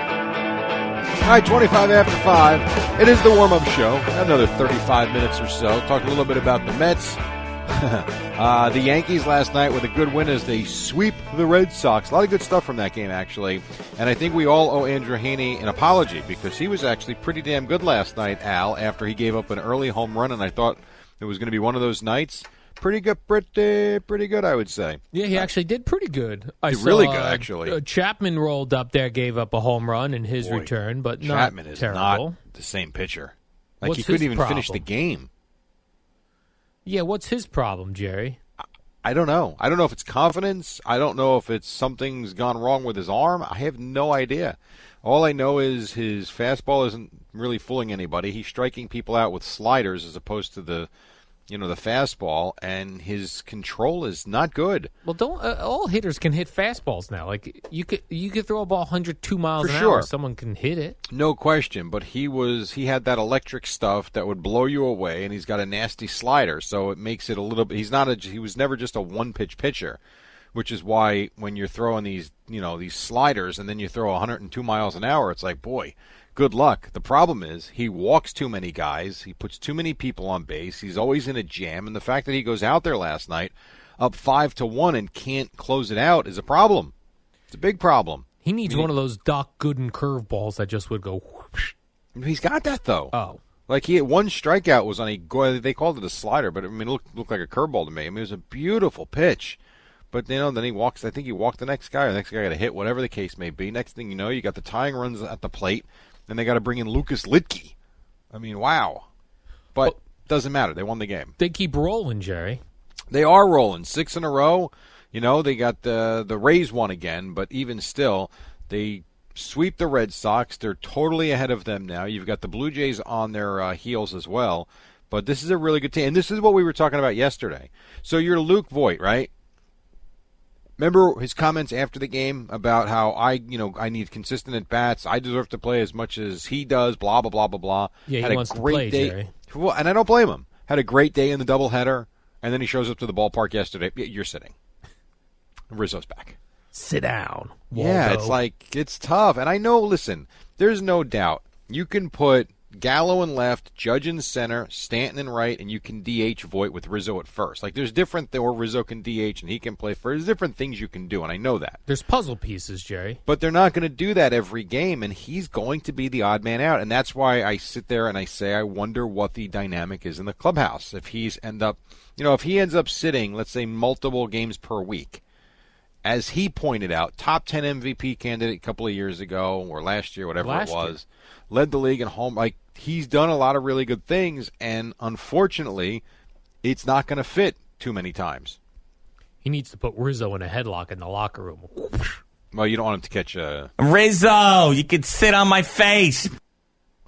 B: All right, 25 after 5. It is the warm up show. Another 35 minutes or so. Talk a little bit about the Mets. uh, the Yankees last night with a good win as they sweep the Red Sox. A lot of good stuff from that game, actually. And I think we all owe Andrew Haney an apology because he was actually pretty damn good last night, Al, after he gave up an early home run. And I thought it was going to be one of those nights. Pretty good, pretty, pretty good, I would say.
A: Yeah, he actually did pretty good. I
B: Did really
A: saw,
B: good,
A: uh,
B: actually.
A: uh, Chapman rolled up there, gave up a home run in his
B: Boy,
A: return, but not
B: Chapman is
A: terrible.
B: not the same pitcher. Like,
A: What's
B: he couldn't
A: his
B: even finish the
A: problem?
B: game.
A: Yeah, what's his problem, Jerry?
B: I don't know. I don't know if it's confidence. I don't know if it's something's gone wrong with his arm. I have no idea. All I know is his fastball isn't really fooling anybody. He's striking people out with sliders as opposed to the, you know, the fastball, and his control is not good.
A: Well, don't uh, all hitters can hit fastballs now. Like you could you could throw a ball 102 miles
B: For
A: an
B: sure.
A: hour, someone can hit it.
B: No question, but he was he had that electric stuff that would blow you away, and he's got a nasty slider, so it makes it a little bit. He's not a he was never just a one pitch pitcher, which is why when you're throwing these you know these sliders and then you throw 102 miles an hour, it's like boy, good luck. The problem is he walks too many guys, he puts too many people on base, he's always in a jam, and the fact that he goes out there last night up five to one and can't close it out is a problem. It's a big problem.
A: He needs one of those Doc Gooden curveballs that just would go. whoosh.
B: He's got that though.
A: Oh,
B: Like he had one strikeout was on a go- they called it a slider, but I mean it looked, looked like a curveball to me. I mean it was a beautiful pitch, but you know then he walks. I think he walked the next guy. Or the next guy got a hit, whatever the case may be. Next thing you know, you got the tying runs at the plate, and they got to bring in Lucas Litke. I mean, wow. But doesn't matter. They won the game.
A: they keep rolling, Jerry.
B: They are rolling six in a row. You know they got the the Rays won again, but even still, they sweep the Red Sox. They're totally ahead of them now. You've got the Blue Jays on their uh, heels as well. But this is a really good team, and this is what we were talking about yesterday. So you're Luke Voigt, right? Remember his comments after the game about how I, you know, I need consistent at bats. I deserve to play as much as he does. Blah blah blah blah blah.
A: Yeah, he
B: Had a
A: wants to
B: great
A: play,
B: day.
A: Jerry.
B: Well, and I don't blame him. Had a great day in the doubleheader, and then he shows up to the ballpark yesterday. Y- You're sitting. Rizzo's back.
A: Sit down.
B: Yeah,
A: Waldo.
B: it's like it's tough. And I know. Listen, there's no doubt you can put Gallo in left, Judge in center, Stanton in right, and you can DH Voit with Rizzo at first. Like there's different th- or Rizzo can DH and he can play first. There's different things you can do, and I know that.
A: there's puzzle pieces, Jerry.
B: But they're not going to do that every game, and he's going to be the odd man out. And that's why I sit there and I say, I wonder what the dynamic is in the clubhouse. If he's end up, you know, if he ends up sitting, let's say, multiple games per week, as he pointed out, top 10 MVP candidate a couple of years ago or last year, whatever
A: Last
B: it
A: year.
B: was, led the league in home. Like, he's done a lot of really good things, and unfortunately, it's not going to fit too many times.
A: He needs to put Rizzo in a headlock in the locker room.
B: Well, you don't want him to catch a.
I: Rizzo, you could sit on my face.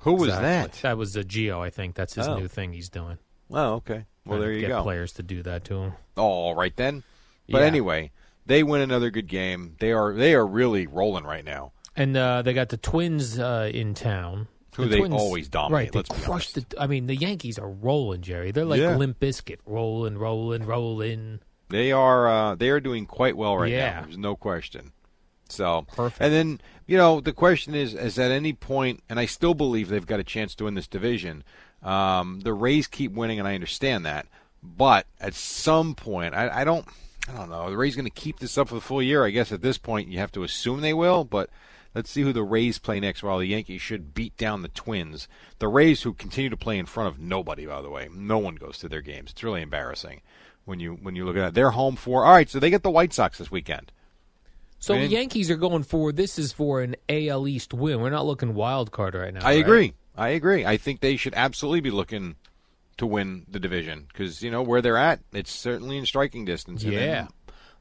B: Who was that?
A: That was a Geo, I think. That's his
B: Oh.
A: new thing he's doing.
B: Oh, okay. Well,
A: Trying to
B: there you
A: get
B: go.
A: players to do that to him.
B: All right then. But
A: Yeah.
B: anyway, they win another good game. They are they are really rolling right now.
A: And uh, they got the Twins uh, in town.
B: Who
A: The
B: they
A: Twins-
B: always dominate,
A: Right, they
B: let's be
A: crushed the. I mean, the Yankees are rolling, Jerry. They're like
B: Yeah.
A: Limp Biscuit, rolling, rolling, rolling.
B: They are uh, they are doing quite well right
A: Yeah.
B: now. There's no question. So perfect. And then you know the question is is at any point, and I still believe they've got a chance to win this division. Um, the Rays keep winning, and I understand that, but at some point, I, I don't. I don't know. Are The Rays going to keep this up for the full year. I guess at this point you have to assume they will, but let's see who the Rays play next. While the Yankees should beat down the Twins, the Rays who continue to play in front of nobody. By the way, no one goes to their games. It's really embarrassing when you when you look at it. They're home for all right. So they get the White Sox this weekend.
A: So
B: Right.
A: the Yankees are going for this is for an AL East win. We're not looking wild card right now.
B: I
A: right?
B: agree. I agree. I think they should absolutely be looking to win the division because you know where they're at. It's certainly in striking distance. And then-
A: Yeah.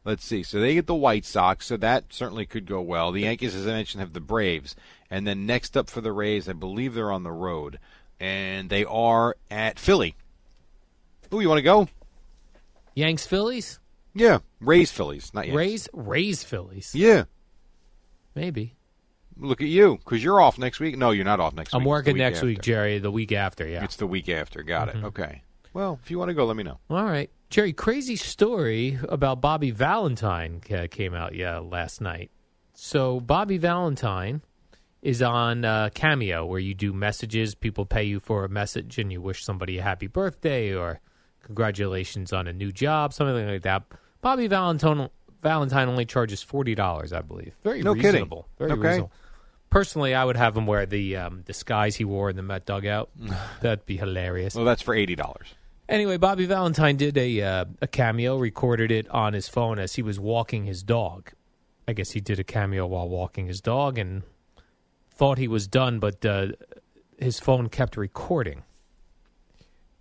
B: let's see. So they get the White Sox. So that certainly could go well. The Yankees, as I mentioned, have the Braves, and then next up for the Rays, I believe they're on the road, and they are at Philly. Ooh, you want to go?
A: Yanks Phillies,
B: Yeah, Rays Phillies, not Yankees.
A: Rays, Rays Phillies.
B: Yeah,
A: Maybe
B: look at you because you're off next week. No, you're not off next
A: I'm
B: week. It's the
A: working next
B: after.
A: week, Mm-hmm. Jerry. The week after, yeah.
B: It's the week after. Got it. Okay. Well, if you want to go, let me know.
A: All right, Jerry. Crazy story about Bobby Valentine uh, came out yeah last night. So Bobby Valentine is on uh, Cameo, where you do messages. People pay you for a message, and you wish somebody a happy birthday or congratulations on a new job, something like that. Bobby Valentine Valentine only charges forty dollars, I believe. Very
B: No kidding.
A: reasonable. Very
B: Okay.
A: reasonable. Personally, I would have him wear the um, disguise he wore in the Met dugout. That'd be hilarious.
B: Well, that's for eighty dollars.
A: Anyway, Bobby Valentine did a uh, a cameo, recorded it on his phone as he was walking his dog. I guess he did a cameo while walking his dog and thought he was done, but uh, his phone kept recording.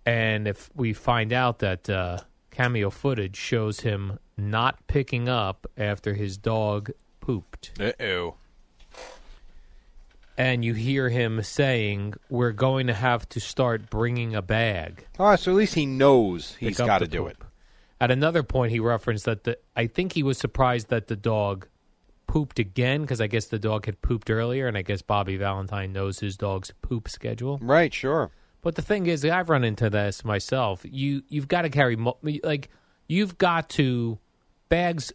A: And if we find out that uh, cameo footage shows him not picking up after his dog pooped,
B: Uh oh.
A: and you hear him saying, "We're going to have to start bringing a bag."
B: All right. So at least he knows he's
A: pick up
B: got to
A: the
B: do it.
A: poop. At another point, he referenced that the I think he was surprised that the dog pooped again because I guess the dog had pooped earlier, and I guess Bobby Valentine knows his dog's poop schedule.
B: Right. Sure.
A: But the thing is, I've run into this myself. You you've got to carry mo- like you've got to bags.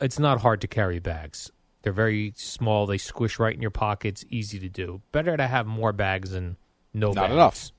A: It's not hard to carry bags. They're very small. They squish right in your pockets. Easy to do. Better to have more bags than no
B: Not
A: bags
B: enough.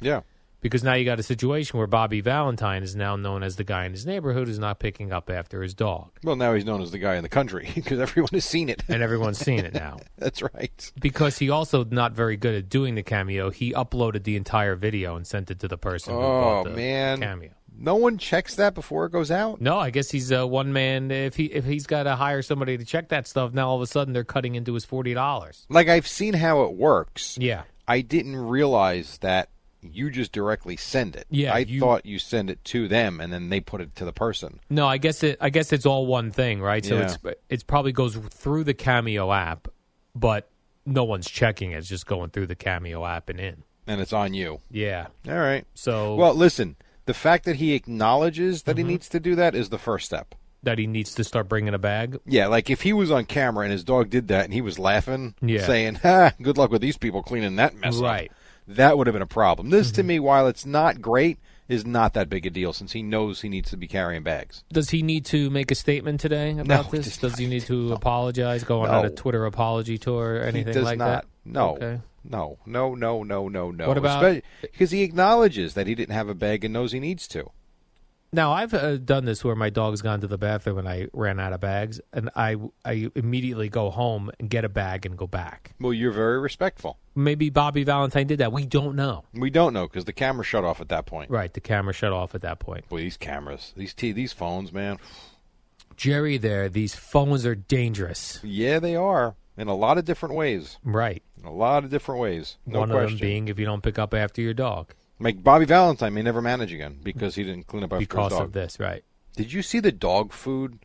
B: Yeah.
A: because now you got a situation where Bobby Valentine is now known as the guy in his neighborhood who's not picking up after his dog,
B: Well, now he's known as the guy in the country because everyone has seen it.
A: and everyone's seeing it now.
B: that's right.
A: Because he also not very good at doing the cameo, he uploaded the entire video and sent it to the person. who
B: Oh
A: bought the
B: man.
A: cameo.
B: No one checks that before it goes out.
A: No, I guess he's a one man. If he if he's got to hire somebody to check that stuff, now all of a sudden they're cutting into his forty dollars.
B: Like I've seen how it works.
A: Yeah,
B: I didn't realize that you just directly send it.
A: Yeah,
B: I
A: you-
B: thought you send it to them and then they put it to the person.
A: No, I guess it. I guess it's all one thing, right? So
B: Yeah.
A: it's it's probably goes through the Cameo app, but no one's checking it. It's just going through the Cameo app and in.
B: And it's on you.
A: Yeah.
B: All right.
A: So
B: Well, listen. The fact that he acknowledges that
A: Mm-hmm.
B: he needs to do that is the first step.
A: that he needs to start bringing a bag.
B: Yeah, like if he was on camera and his dog did that and he was laughing,
A: Yeah.
B: saying, ha, good luck with these people cleaning that mess up,"
A: Right. Mm-hmm.
B: that would have been a problem. This, to me, while it's not great, is not that big a deal since he knows he needs to be carrying bags.
A: Does he need to make a statement today about
B: he
A: this? Does, he need to apologize? Go on
B: No.
A: on a Twitter apology tour or anything
B: he does
A: like
B: not.
A: that?
B: No.
A: Okay.
B: No, no, no, no, no, no.
A: What about-
B: Because he acknowledges that he didn't have a bag and knows he needs to.
A: Now I've uh, done this where my dog's gone to the bathroom and I ran out of bags, and I I immediately go home and get a bag and go back.
B: Well, you're very respectful.
A: Maybe Bobby Valentine did that. We don't know.
B: We don't know because the camera shut off at that point.
A: Right, the camera shut off at that point.
B: Boy, these cameras, these t- these phones, man.
A: Jerry, there, these phones are dangerous.
B: Yeah, they are in a lot of different ways.
A: Right.
B: In a lot of different ways. No
A: One
B: question.
A: of them being if you don't pick up after your dog
B: Like Bobby Valentine may never manage again because he didn't clean up after
A: because
B: his dog.
A: of this, right?
B: Did you see the dog food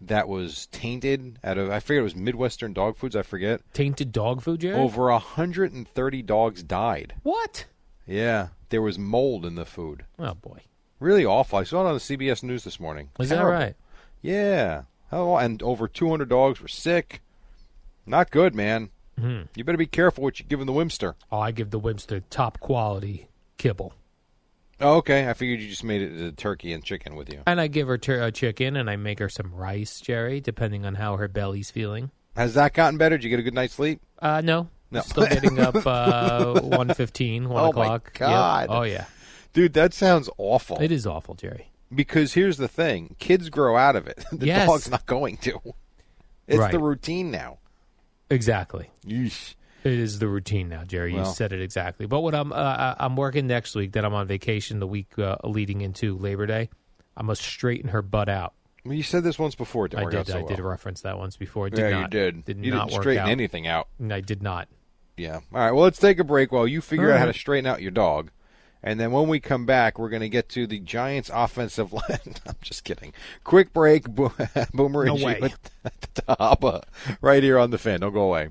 B: that was tainted out of I forget it was Midwestern dog foods. I forget
A: tainted dog food. Jerry?
B: Over hundred and thirty dogs died.
A: What?
B: Yeah, there was mold in the food.
A: Oh boy,
B: really awful. I saw it on the CBS News this morning.
A: Is
B: Terrible.
A: that right?
B: Yeah. Oh, and over two hundred dogs were sick. Not good, man.
A: Mhm.
B: You better be careful what you give in the Wimster.
A: Oh, I give the Webster top quality kibble,
B: Oh, okay. I figured you just made it to turkey and chicken with you.
A: and I give her tur- uh, chicken, and I make her some rice, Jerry, depending on how her belly's feeling.
B: Has that gotten better? Did you get a good night's sleep?
A: Uh, no,
B: No.
A: still getting up uh, one fifteen, one
B: Oh, my
A: o'clock. Yep.
B: God.
A: Oh yeah,
B: Dude, that sounds awful.
A: it is awful, Jerry.
B: Because here's the thing kids grow out of it. The
A: Yes.
B: dog's not going to. It's
A: Right.
B: the routine now.
A: Exactly.
B: Yeesh.
A: It is the routine now, Jerry.
B: Well.
A: you said it exactly. But what I'm uh, I- I'm working next week, that I'm on vacation the week uh, leading into Labor Day. I must straighten her butt out.
B: Well, you said this once before. It didn't
A: I
B: work
A: did.
B: out so
A: I did
B: well.
A: reference that once before. It did
B: yeah,
A: not,
B: you did.
A: Did
B: you
A: not
B: didn't
A: work
B: straighten
A: out.
B: anything out.
A: And I did not.
B: Yeah. All right. Well, let's take a break while you figure
A: All
B: out how to
A: right.
B: straighten out your dog. And then when we come back, we're going to get to the Giants' offensive line. I'm just kidding. Quick break, Bo- Boomer
J: No
B: and
J: way.
B: Sheila Taba, uh, right here on the fan. Don't go away.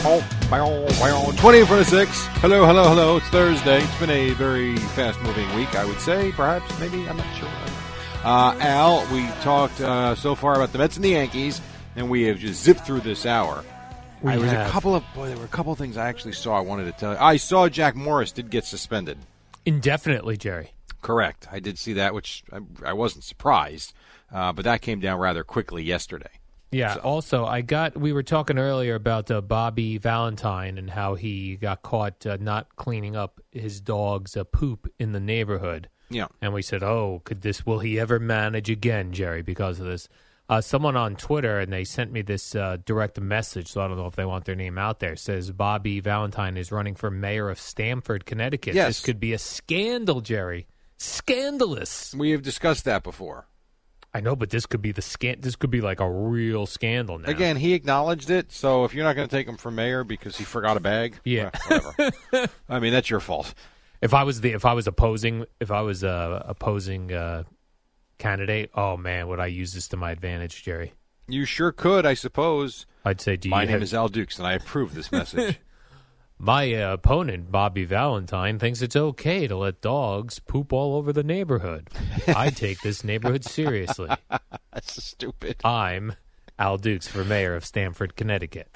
B: Twenty in front of six. Hello, hello, hello. It's Thursday. It's been a very fast-moving week, I would say. Perhaps, maybe I'm not sure. Uh, Al, we talked uh, so far about the Mets and the Yankees, and we have just zipped through this hour.
J: We
B: I was a
J: have.
B: couple of boy. There were a couple of things I actually saw. I wanted to tell you. I saw Jack Morris did get suspended.
A: Indefinitely, Jerry.
B: Correct. I did see that, which I, I wasn't surprised, uh, but that came down rather quickly yesterday.
A: Yeah. Also, I got. We were talking earlier about uh, Bobby Valentine and how he got caught uh, not cleaning up his dog's uh, poop in the neighborhood.
B: Yeah.
A: And we said, "Oh, could this? Will he ever manage again, Jerry?" Because of this, uh, someone on Twitter and they sent me this uh, direct message. So I don't know if they want their name out there. Says Bobby Valentine is running for mayor of Stamford, Connecticut.
B: Yes.
A: This could be a scandal, Jerry. Scandalous.
B: We have discussed that before.
A: I know, but this could be the scan. This could be like a real scandal now.
B: Again, he acknowledged it. So if you're not going to take him for mayor because he forgot a bag,
A: Yeah.
B: eh, whatever. I mean, that's your fault.
A: If I was the if I was opposing if I was uh, opposing uh, candidate, oh man, would I use this to my advantage, Jerry?
B: You sure could, I suppose.
A: I'd say, do
B: My
A: you
B: name
A: have-
B: is Al Dukes, and I approve this message.
A: My uh, opponent, Bobby Valentine, thinks it's okay to let dogs poop all over the neighborhood. I take this neighborhood seriously.
B: That's stupid.
A: I'm Al Dukes for mayor of Stamford, Connecticut.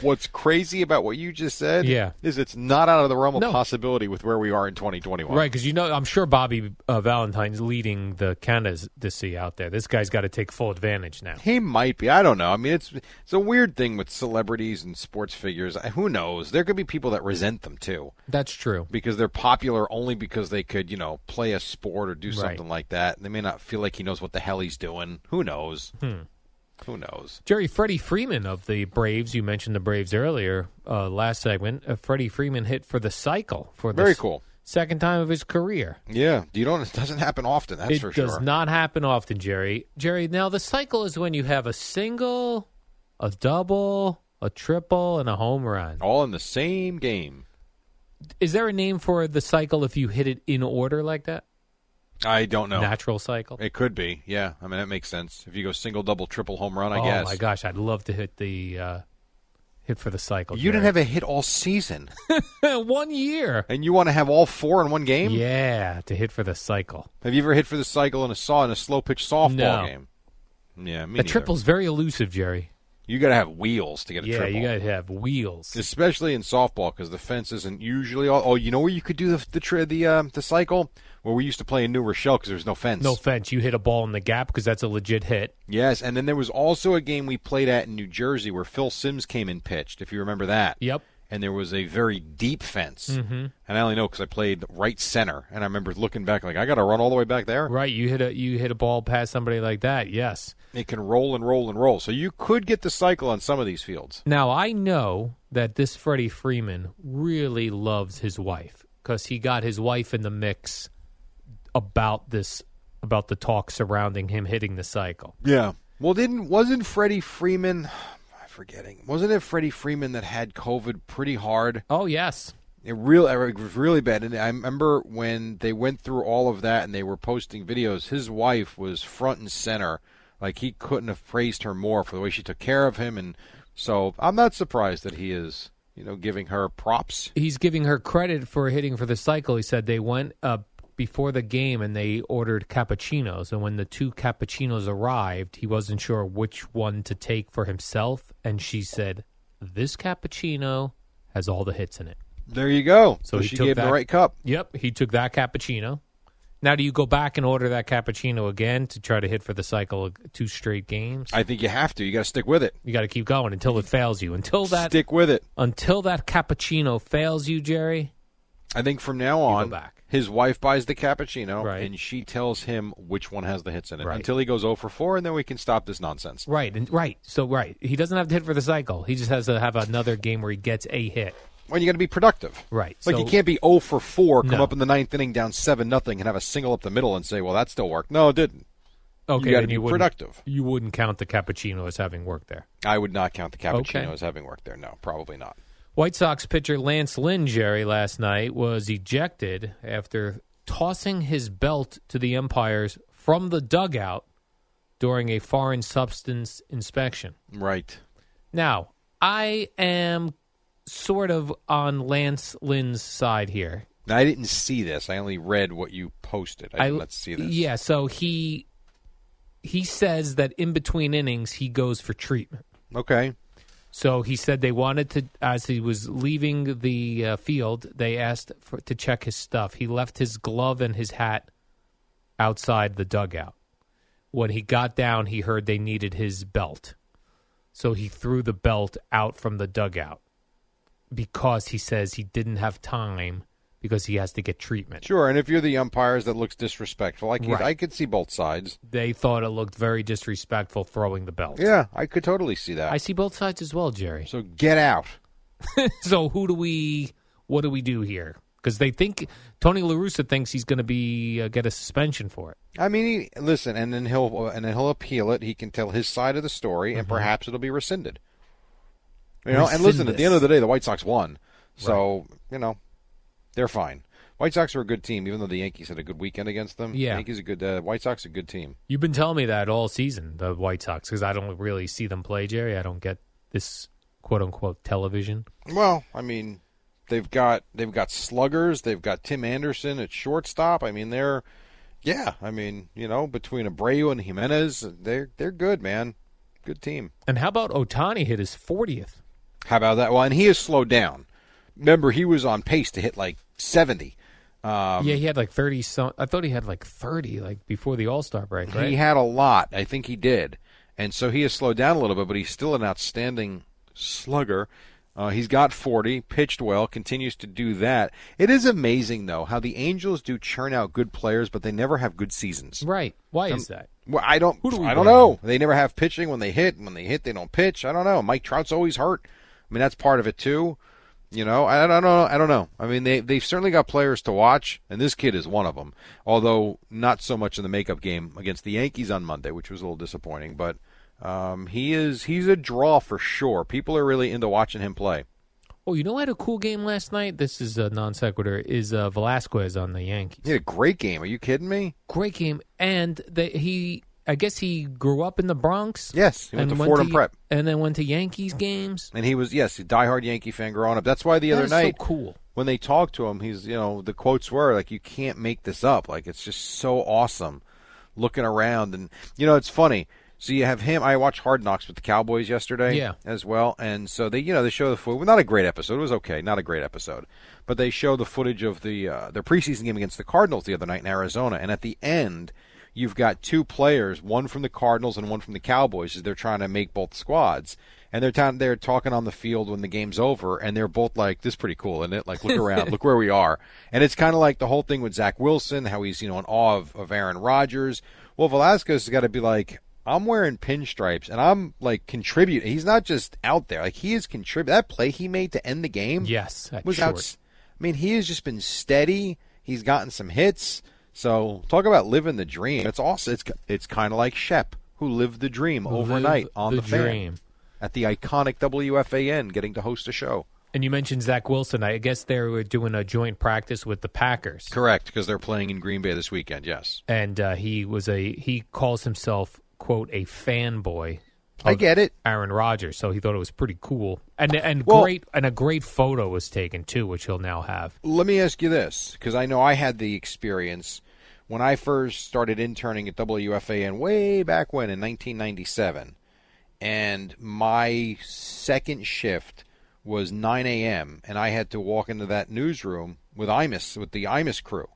B: What's crazy about what you just said?
A: Yeah.
B: is it's not out of the realm of
A: No.
B: possibility with where we are in 2021.
A: Right, because you know, I'm sure Bobby uh, Valentine's leading the candidacy out there. This guy's got to take full advantage now.
B: He might be. I don't know. I mean, it's it's a weird thing with celebrities and sports figures. I- Who knows? There could be people that resent them too
A: That's true.
B: because they're popular only because they could, you know, play a sport or do
A: Right.
B: something like that. They may not feel like he knows what the hell he's doing. Who knows?
A: Hmm.
B: Who knows?
A: Jerry Freddie Freeman of the Braves. You mentioned the Braves earlier uh, last segment. Uh, Freddie Freeman hit for the cycle for the
B: Very
A: s-
B: cool.
A: second time of his career.
B: Yeah, you don't. It doesn't happen often. That's
A: it
B: for
A: does
B: sure.
A: not happen often, Jerry. Jerry, now the cycle is when you have a single, a double, a triple, and a home run.
B: All in the same game.
A: Is there a name for the cycle if you hit it in order like that?
B: I don't know.
A: Natural cycle.
B: It could be. Yeah. I mean, that makes sense. If you go single, double, triple, home run, I
A: oh
B: guess.
A: my gosh, I'd love to hit the uh, hit for the cycle.
B: You didn't have a hit all season,
A: have one year.
B: and you want to have all four in one game?
A: Yeah, to hit for the cycle.
B: Have you ever hit for the cycle in a saw in a slow pitch softball
A: No.
B: game? Yeah, me
A: The
B: neither.
A: triple's very elusive, Jerry.
B: You got to have wheels to get a
A: yeah,
B: triple.
A: you gotta have wheels.
B: Especially in softball, because the fence isn't usually. All, oh, you know where you could do the the tri- the, um, the cycle where we used to play in New Rochelle because there was no fence.
A: No fence. You hit a ball in the gap because that's a legit hit.
B: Yes, and then there was also a game we played at in New Jersey where Phil Sims came and pitched. If you remember that.
A: Yep.
B: and there was a very deep fence.
A: Mhm.
B: And I only know because I played right center, and I remember looking back like I got to run all the way back there.
A: Right, you hit a you hit a ball past somebody like that. Yes.
B: It can roll and roll and roll, so you could get the cycle on some of these fields.
A: Now I know that this Freddie Freeman really loves his wife because he got his wife in the mix about this about the talk surrounding him hitting the cycle.
B: Yeah. Well, didn't wasn't Freddie Freeman? I'm forgetting. Wasn't it Freddie Freeman that had COVID pretty hard?
A: Oh yes.
B: It real it was really bad, and I remember when they went through all of that and they were posting videos. His wife was front and center. Like he couldn't have praised her more for the way she took care of him, and so I'm not surprised that he is, you know, giving her props.
A: He's giving her credit for hitting for the cycle. He said they went up before the game and they ordered cappuccinos. And when the two cappuccinos arrived, he wasn't sure which one to take for himself. And she said, This cappuccino has all the hits in it.
B: There you go.
A: So
B: So,
A: he
B: she
A: took
B: gave him
A: that-
B: the right cup.
A: Yep, he took that cappuccino. Now, do you go back and order that cappuccino again to try to hit for the cycle of two straight games?
B: I think you have to. You got to stick with it.
A: You got to keep going until it fails you. Until that
B: Stick with it.
A: until that cappuccino fails you, Jerry.
B: I think from now on,
A: back.
B: his wife buys the cappuccino, and she tells him which one has the hits in it.
A: Right.
B: Until he goes 0 for 4, and then we can stop this nonsense.
A: Right, and right. So right, he doesn't have to hit for the cycle. He just has to have another game where he gets a hit.
B: Well, you got to be productive.
A: Right.
B: Like
A: so,
B: you can't be 0 for 4, come
A: No.
B: up in the ninth inning down 7 nothing, and have a single up the middle and say, well, that still worked. No, it didn't.
A: Okay,
B: you got to
A: then
B: be
A: you wouldn't-
B: productive.
A: You wouldn't count the cappuccino as having worked there.
B: I would not count the cappuccino
A: Okay.
B: as having worked there. No, probably not.
A: White Sox pitcher Lance Lynn Jerry last night was ejected after tossing his belt to the umpires from the dugout during a foreign substance inspection.
B: Right.
A: Now, I am sort of on Lance Lynn's side here.
B: Now, I didn't see this. I only read what you posted. I, did not see this.
A: Yeah, so he he says that in between innings he goes for treatment.
B: Okay.
A: So he said they wanted to, as he was leaving the uh, field, they asked for, to check his stuff. He left his glove and his hat outside the dugout. When he got down, he heard they needed his belt. So he threw the belt out from the dugout because he says he didn't have time because he has to get treatment.
B: Sure, and if you're the umpires that looks disrespectful, I could,
A: Right.
B: I could see both sides.
A: They thought it looked very disrespectful throwing the belt.
B: Yeah, I could totally see that.
A: I see both sides as well, Jerry.
B: So get out.
A: so who do we? What do we do here? Because they think Tony La Russa thinks he's going to be uh, get a suspension for it.
B: I mean, he, listen, and then he'll and then he'll appeal it. He can tell his side of the story, and perhaps it'll be rescinded. You know, and listen, at the end of the day, the White Sox won, so you know they're fine. White Sox are a good team, even though the Yankees had a good weekend against them.
A: Yeah.
B: Yankees a good. Uh, White Sox a good team.
A: You've been telling me that all season, the White Sox, because I don't really see them play, Jerry. I don't get this quote unquote television.
B: Well, I mean, they've got they've got sluggers. They've got Tim Anderson at shortstop. I mean, they're yeah. I mean, you know, between Abreu and Jimenez, they're they're good, man. Good team.
A: And how about Otani hit his fortieth?
B: How about that? Well, and he has slowed down. Remember, he was on pace to hit like seventy. Um,
A: yeah, he had like thirty. Some I thought he had like thirty, like before the All Star break. Right?
B: He had a lot. I think he did. And so he has slowed down a little bit, but he's still an outstanding slugger. Uh, he's got 40, pitched well, continues to do that. It is amazing, though, how the Angels do churn out good players, but they never have good seasons.
A: right. Why
B: Um,
A: is that?
B: Well, I don't.
A: Who do we
B: I don't
A: blame?
B: know. They never have pitching when they hit. When they hit, they don't pitch. I don't know. Mike Trout's always hurt. I mean, that's part of it too. You know, I, I don't know. I don't know. I mean, they they've certainly got players to watch, and this kid is one of them. Although not so much in the makeup game against the Yankees on Monday, which was a little disappointing. But um, he is he's a draw for sure. People are really into watching him play.
A: Oh, you know, I had a cool game last night. This is a non sequitur. Is uh, Velasquez on the Yankees?
B: He had a great game. Are you kidding me?
A: great game. And that he, I guess he grew up in the Bronx.
B: Yes, he went to Fordham Prep.
A: and then went to Yankees games.
B: And he was yes, a diehard Yankee fan growing up. That's why the other
A: That is so
B: night,
A: cool.
B: when they talked to him, he's you know the quotes were like, "You can't make this up. Like it's just so awesome." Looking around, and you know it's funny. So you have him. I watched Hard Knocks with the Cowboys yesterday,
A: Yeah.
B: as well. And so they you know they show the footage. Not a great episode. It was okay, not a great episode, but they show the footage of the uh, their preseason game against the Cardinals the other night in Arizona. And at the end, you've got two players, one from the Cardinals and one from the Cowboys, as they're trying to make both squads. and they're down there talking on the field when the game's over, and they're both like, "This is pretty cool, isn't it? Like, look around, look where we are." And it's kind of like the whole thing with Zach Wilson, how he's you know in awe of, of Aaron Rodgers. Well, Velasquez has got to be like, "I'm wearing pinstripes, and I'm like contributing." He's not just out there; like he is contributing. That play he made to end the game,
A: yes, that
B: was
A: short.
B: outs- I mean, he has just been steady. He's gotten some hits. So talk about living the dream. It's awesome. It's it's kind of like Shep, who lived the dream
A: Live
B: overnight on
A: the
B: the, fan
A: dream.
B: at the iconic WFAN, getting to host a show.
A: And you mentioned Zach Wilson. I guess they were doing a joint practice with the Packers.
B: Correct, because they're playing in Green Bay this weekend. Yes,
A: and uh, he was a he calls himself quote a fanboy.
B: I
A: of
B: get it.
A: Aaron Rodgers, so he thought it was pretty cool, and and
B: Well-
A: great, and a great photo was taken too, which he'll now have.
B: Let me ask you this, because I know I had the experience when I first started interning at WFAN way back when in 1997, and my second shift was 9 a.m. and I had to walk into that newsroom with Imus with the Imus crew.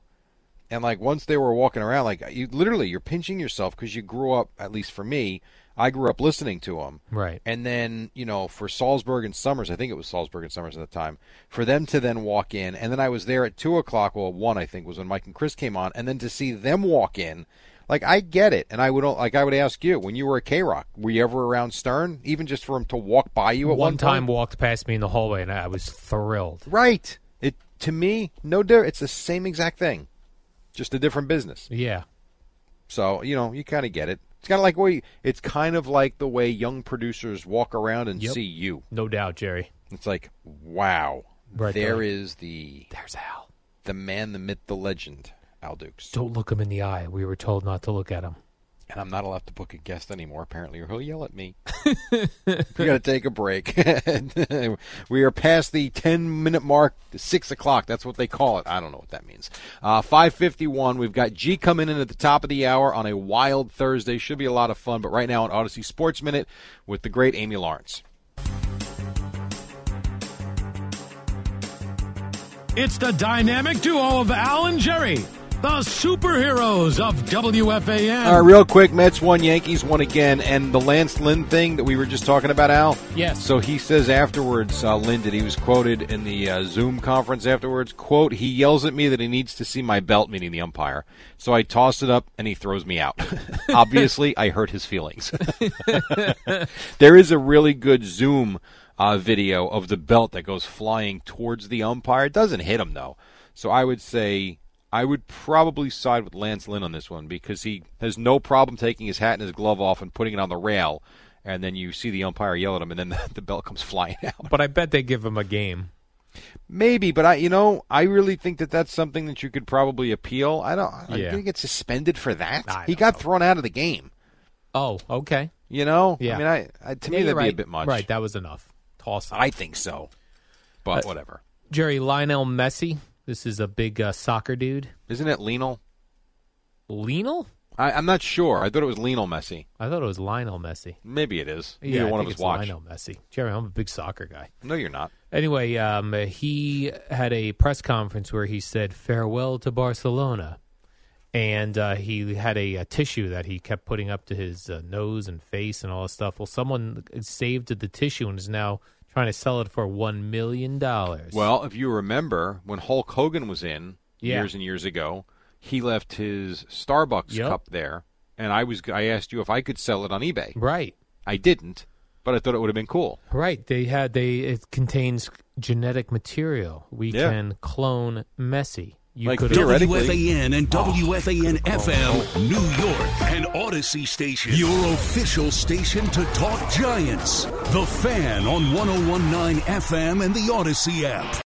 B: and like once they were walking around like you literally you're pinching yourself because you grew up at least for me i grew up listening to them
A: Right.
B: and then you know for salzburg and summers i think it was salzburg and summers at the time for them to then walk in and then i was there at two o'clock well one i think was when mike and chris came on and then to see them walk in like i get it and i would like i would ask you when you were at k-rock were you ever around stern even just for him to walk by you at
A: one,
B: one,
A: time walked past me in the hallway, and I was thrilled.
B: right it to me no different it's the same exact thing just a different business
A: Yeah,
B: So you know, you kind of get it. It's kind of like way. It's kind of like the way young producers walk around and
A: Yep.
B: see you.
A: no doubt, Jerry.
B: It's like, wow,
A: Right
B: there
A: there.
B: is the
A: there's Al,
B: the man, the myth, the legend, Al Dukes.
A: Don't look him in the eye. We were told not to look at him.
B: And I'm not allowed to book a guest anymore, apparently, or he'll yell at me. we got to take a break. we are past the 10 minute mark, the 6 o'clock. That's what they call it. I don't know what that means. Uh, 551, we've got G coming in at the top of the hour on a wild Thursday. Should be a lot of fun, but right now on Odyssey Sports Minute with the great Amy Lawrence.
G: It's the dynamic duo of Al and Jerry, the superheroes of WFAN.
B: All right, real quick, Mets won, Yankees won again, and the Lance Lynn thing that we were just talking about, Al.
A: Yes.
B: So he says afterwards, uh, Lynn did. He was quoted in the uh, Zoom conference afterwards. "Quote: He yells at me that he needs to see my belt, meaning the umpire. So I toss it up, and he throws me out. Obviously, I hurt his feelings. there is a really good Zoom uh, video of the belt that goes flying towards the umpire. It doesn't hit him though. So I would say I would probably side with Lance Lynn on this one because he has no problem taking his hat and his glove off and putting it on the rail, and then you see the umpire yell at him, and then the, the belt comes flying out.
A: But I bet they give him a game.
B: Maybe, but I, you know, I really think that that's something that you could probably appeal. I don't. I
A: Yeah.
B: think get suspended for that.
A: I
B: He got thrown out of the game.
A: Oh, okay.
B: You know.
A: Yeah.
B: I mean, I, I to
A: Yeah, you're
B: me that'd be a
A: right.
B: bit much.
A: Right, that was enough. Toss.
B: I think so. But whatever.
A: Jerry Lionel Messi. This is a big uh, soccer dude.
B: Isn't it Lionel?
A: Lionel?
B: I, I'm not sure. I thought it was Lionel Messi.
A: I thought it was Lionel Messi.
B: Maybe it is.
A: Yeah,
B: Either
A: I
B: one of
A: think
B: us
A: it's
B: watched.
A: Lionel Messi. Jerry, I'm a big soccer guy.
B: No, you're not.
A: Anyway, um, he had a press conference where he said farewell to Barcelona, and uh, he had a, uh tissue that he kept putting up to his uh, nose and face and all this stuff. Well, someone saved the tissue and is now trying to sell it for one million dollars.
B: Well, if you remember when Hulk Hogan was in
A: Yeah.
B: years and years ago, he left his Starbucks
A: Yep.
B: cup there, and I was I asked you if I could sell it on eBay.
A: right,
B: I didn't, but I thought it would have been cool.
A: right. They had they. It contains genetic material. We
B: Yeah.
A: can clone Messi. You
B: Like
A: could
E: WFAN and WFAN FM, New York, and Odyssey Station. Your official station to oh talk Giants. The Fan on 1019 FM and the Odyssey app.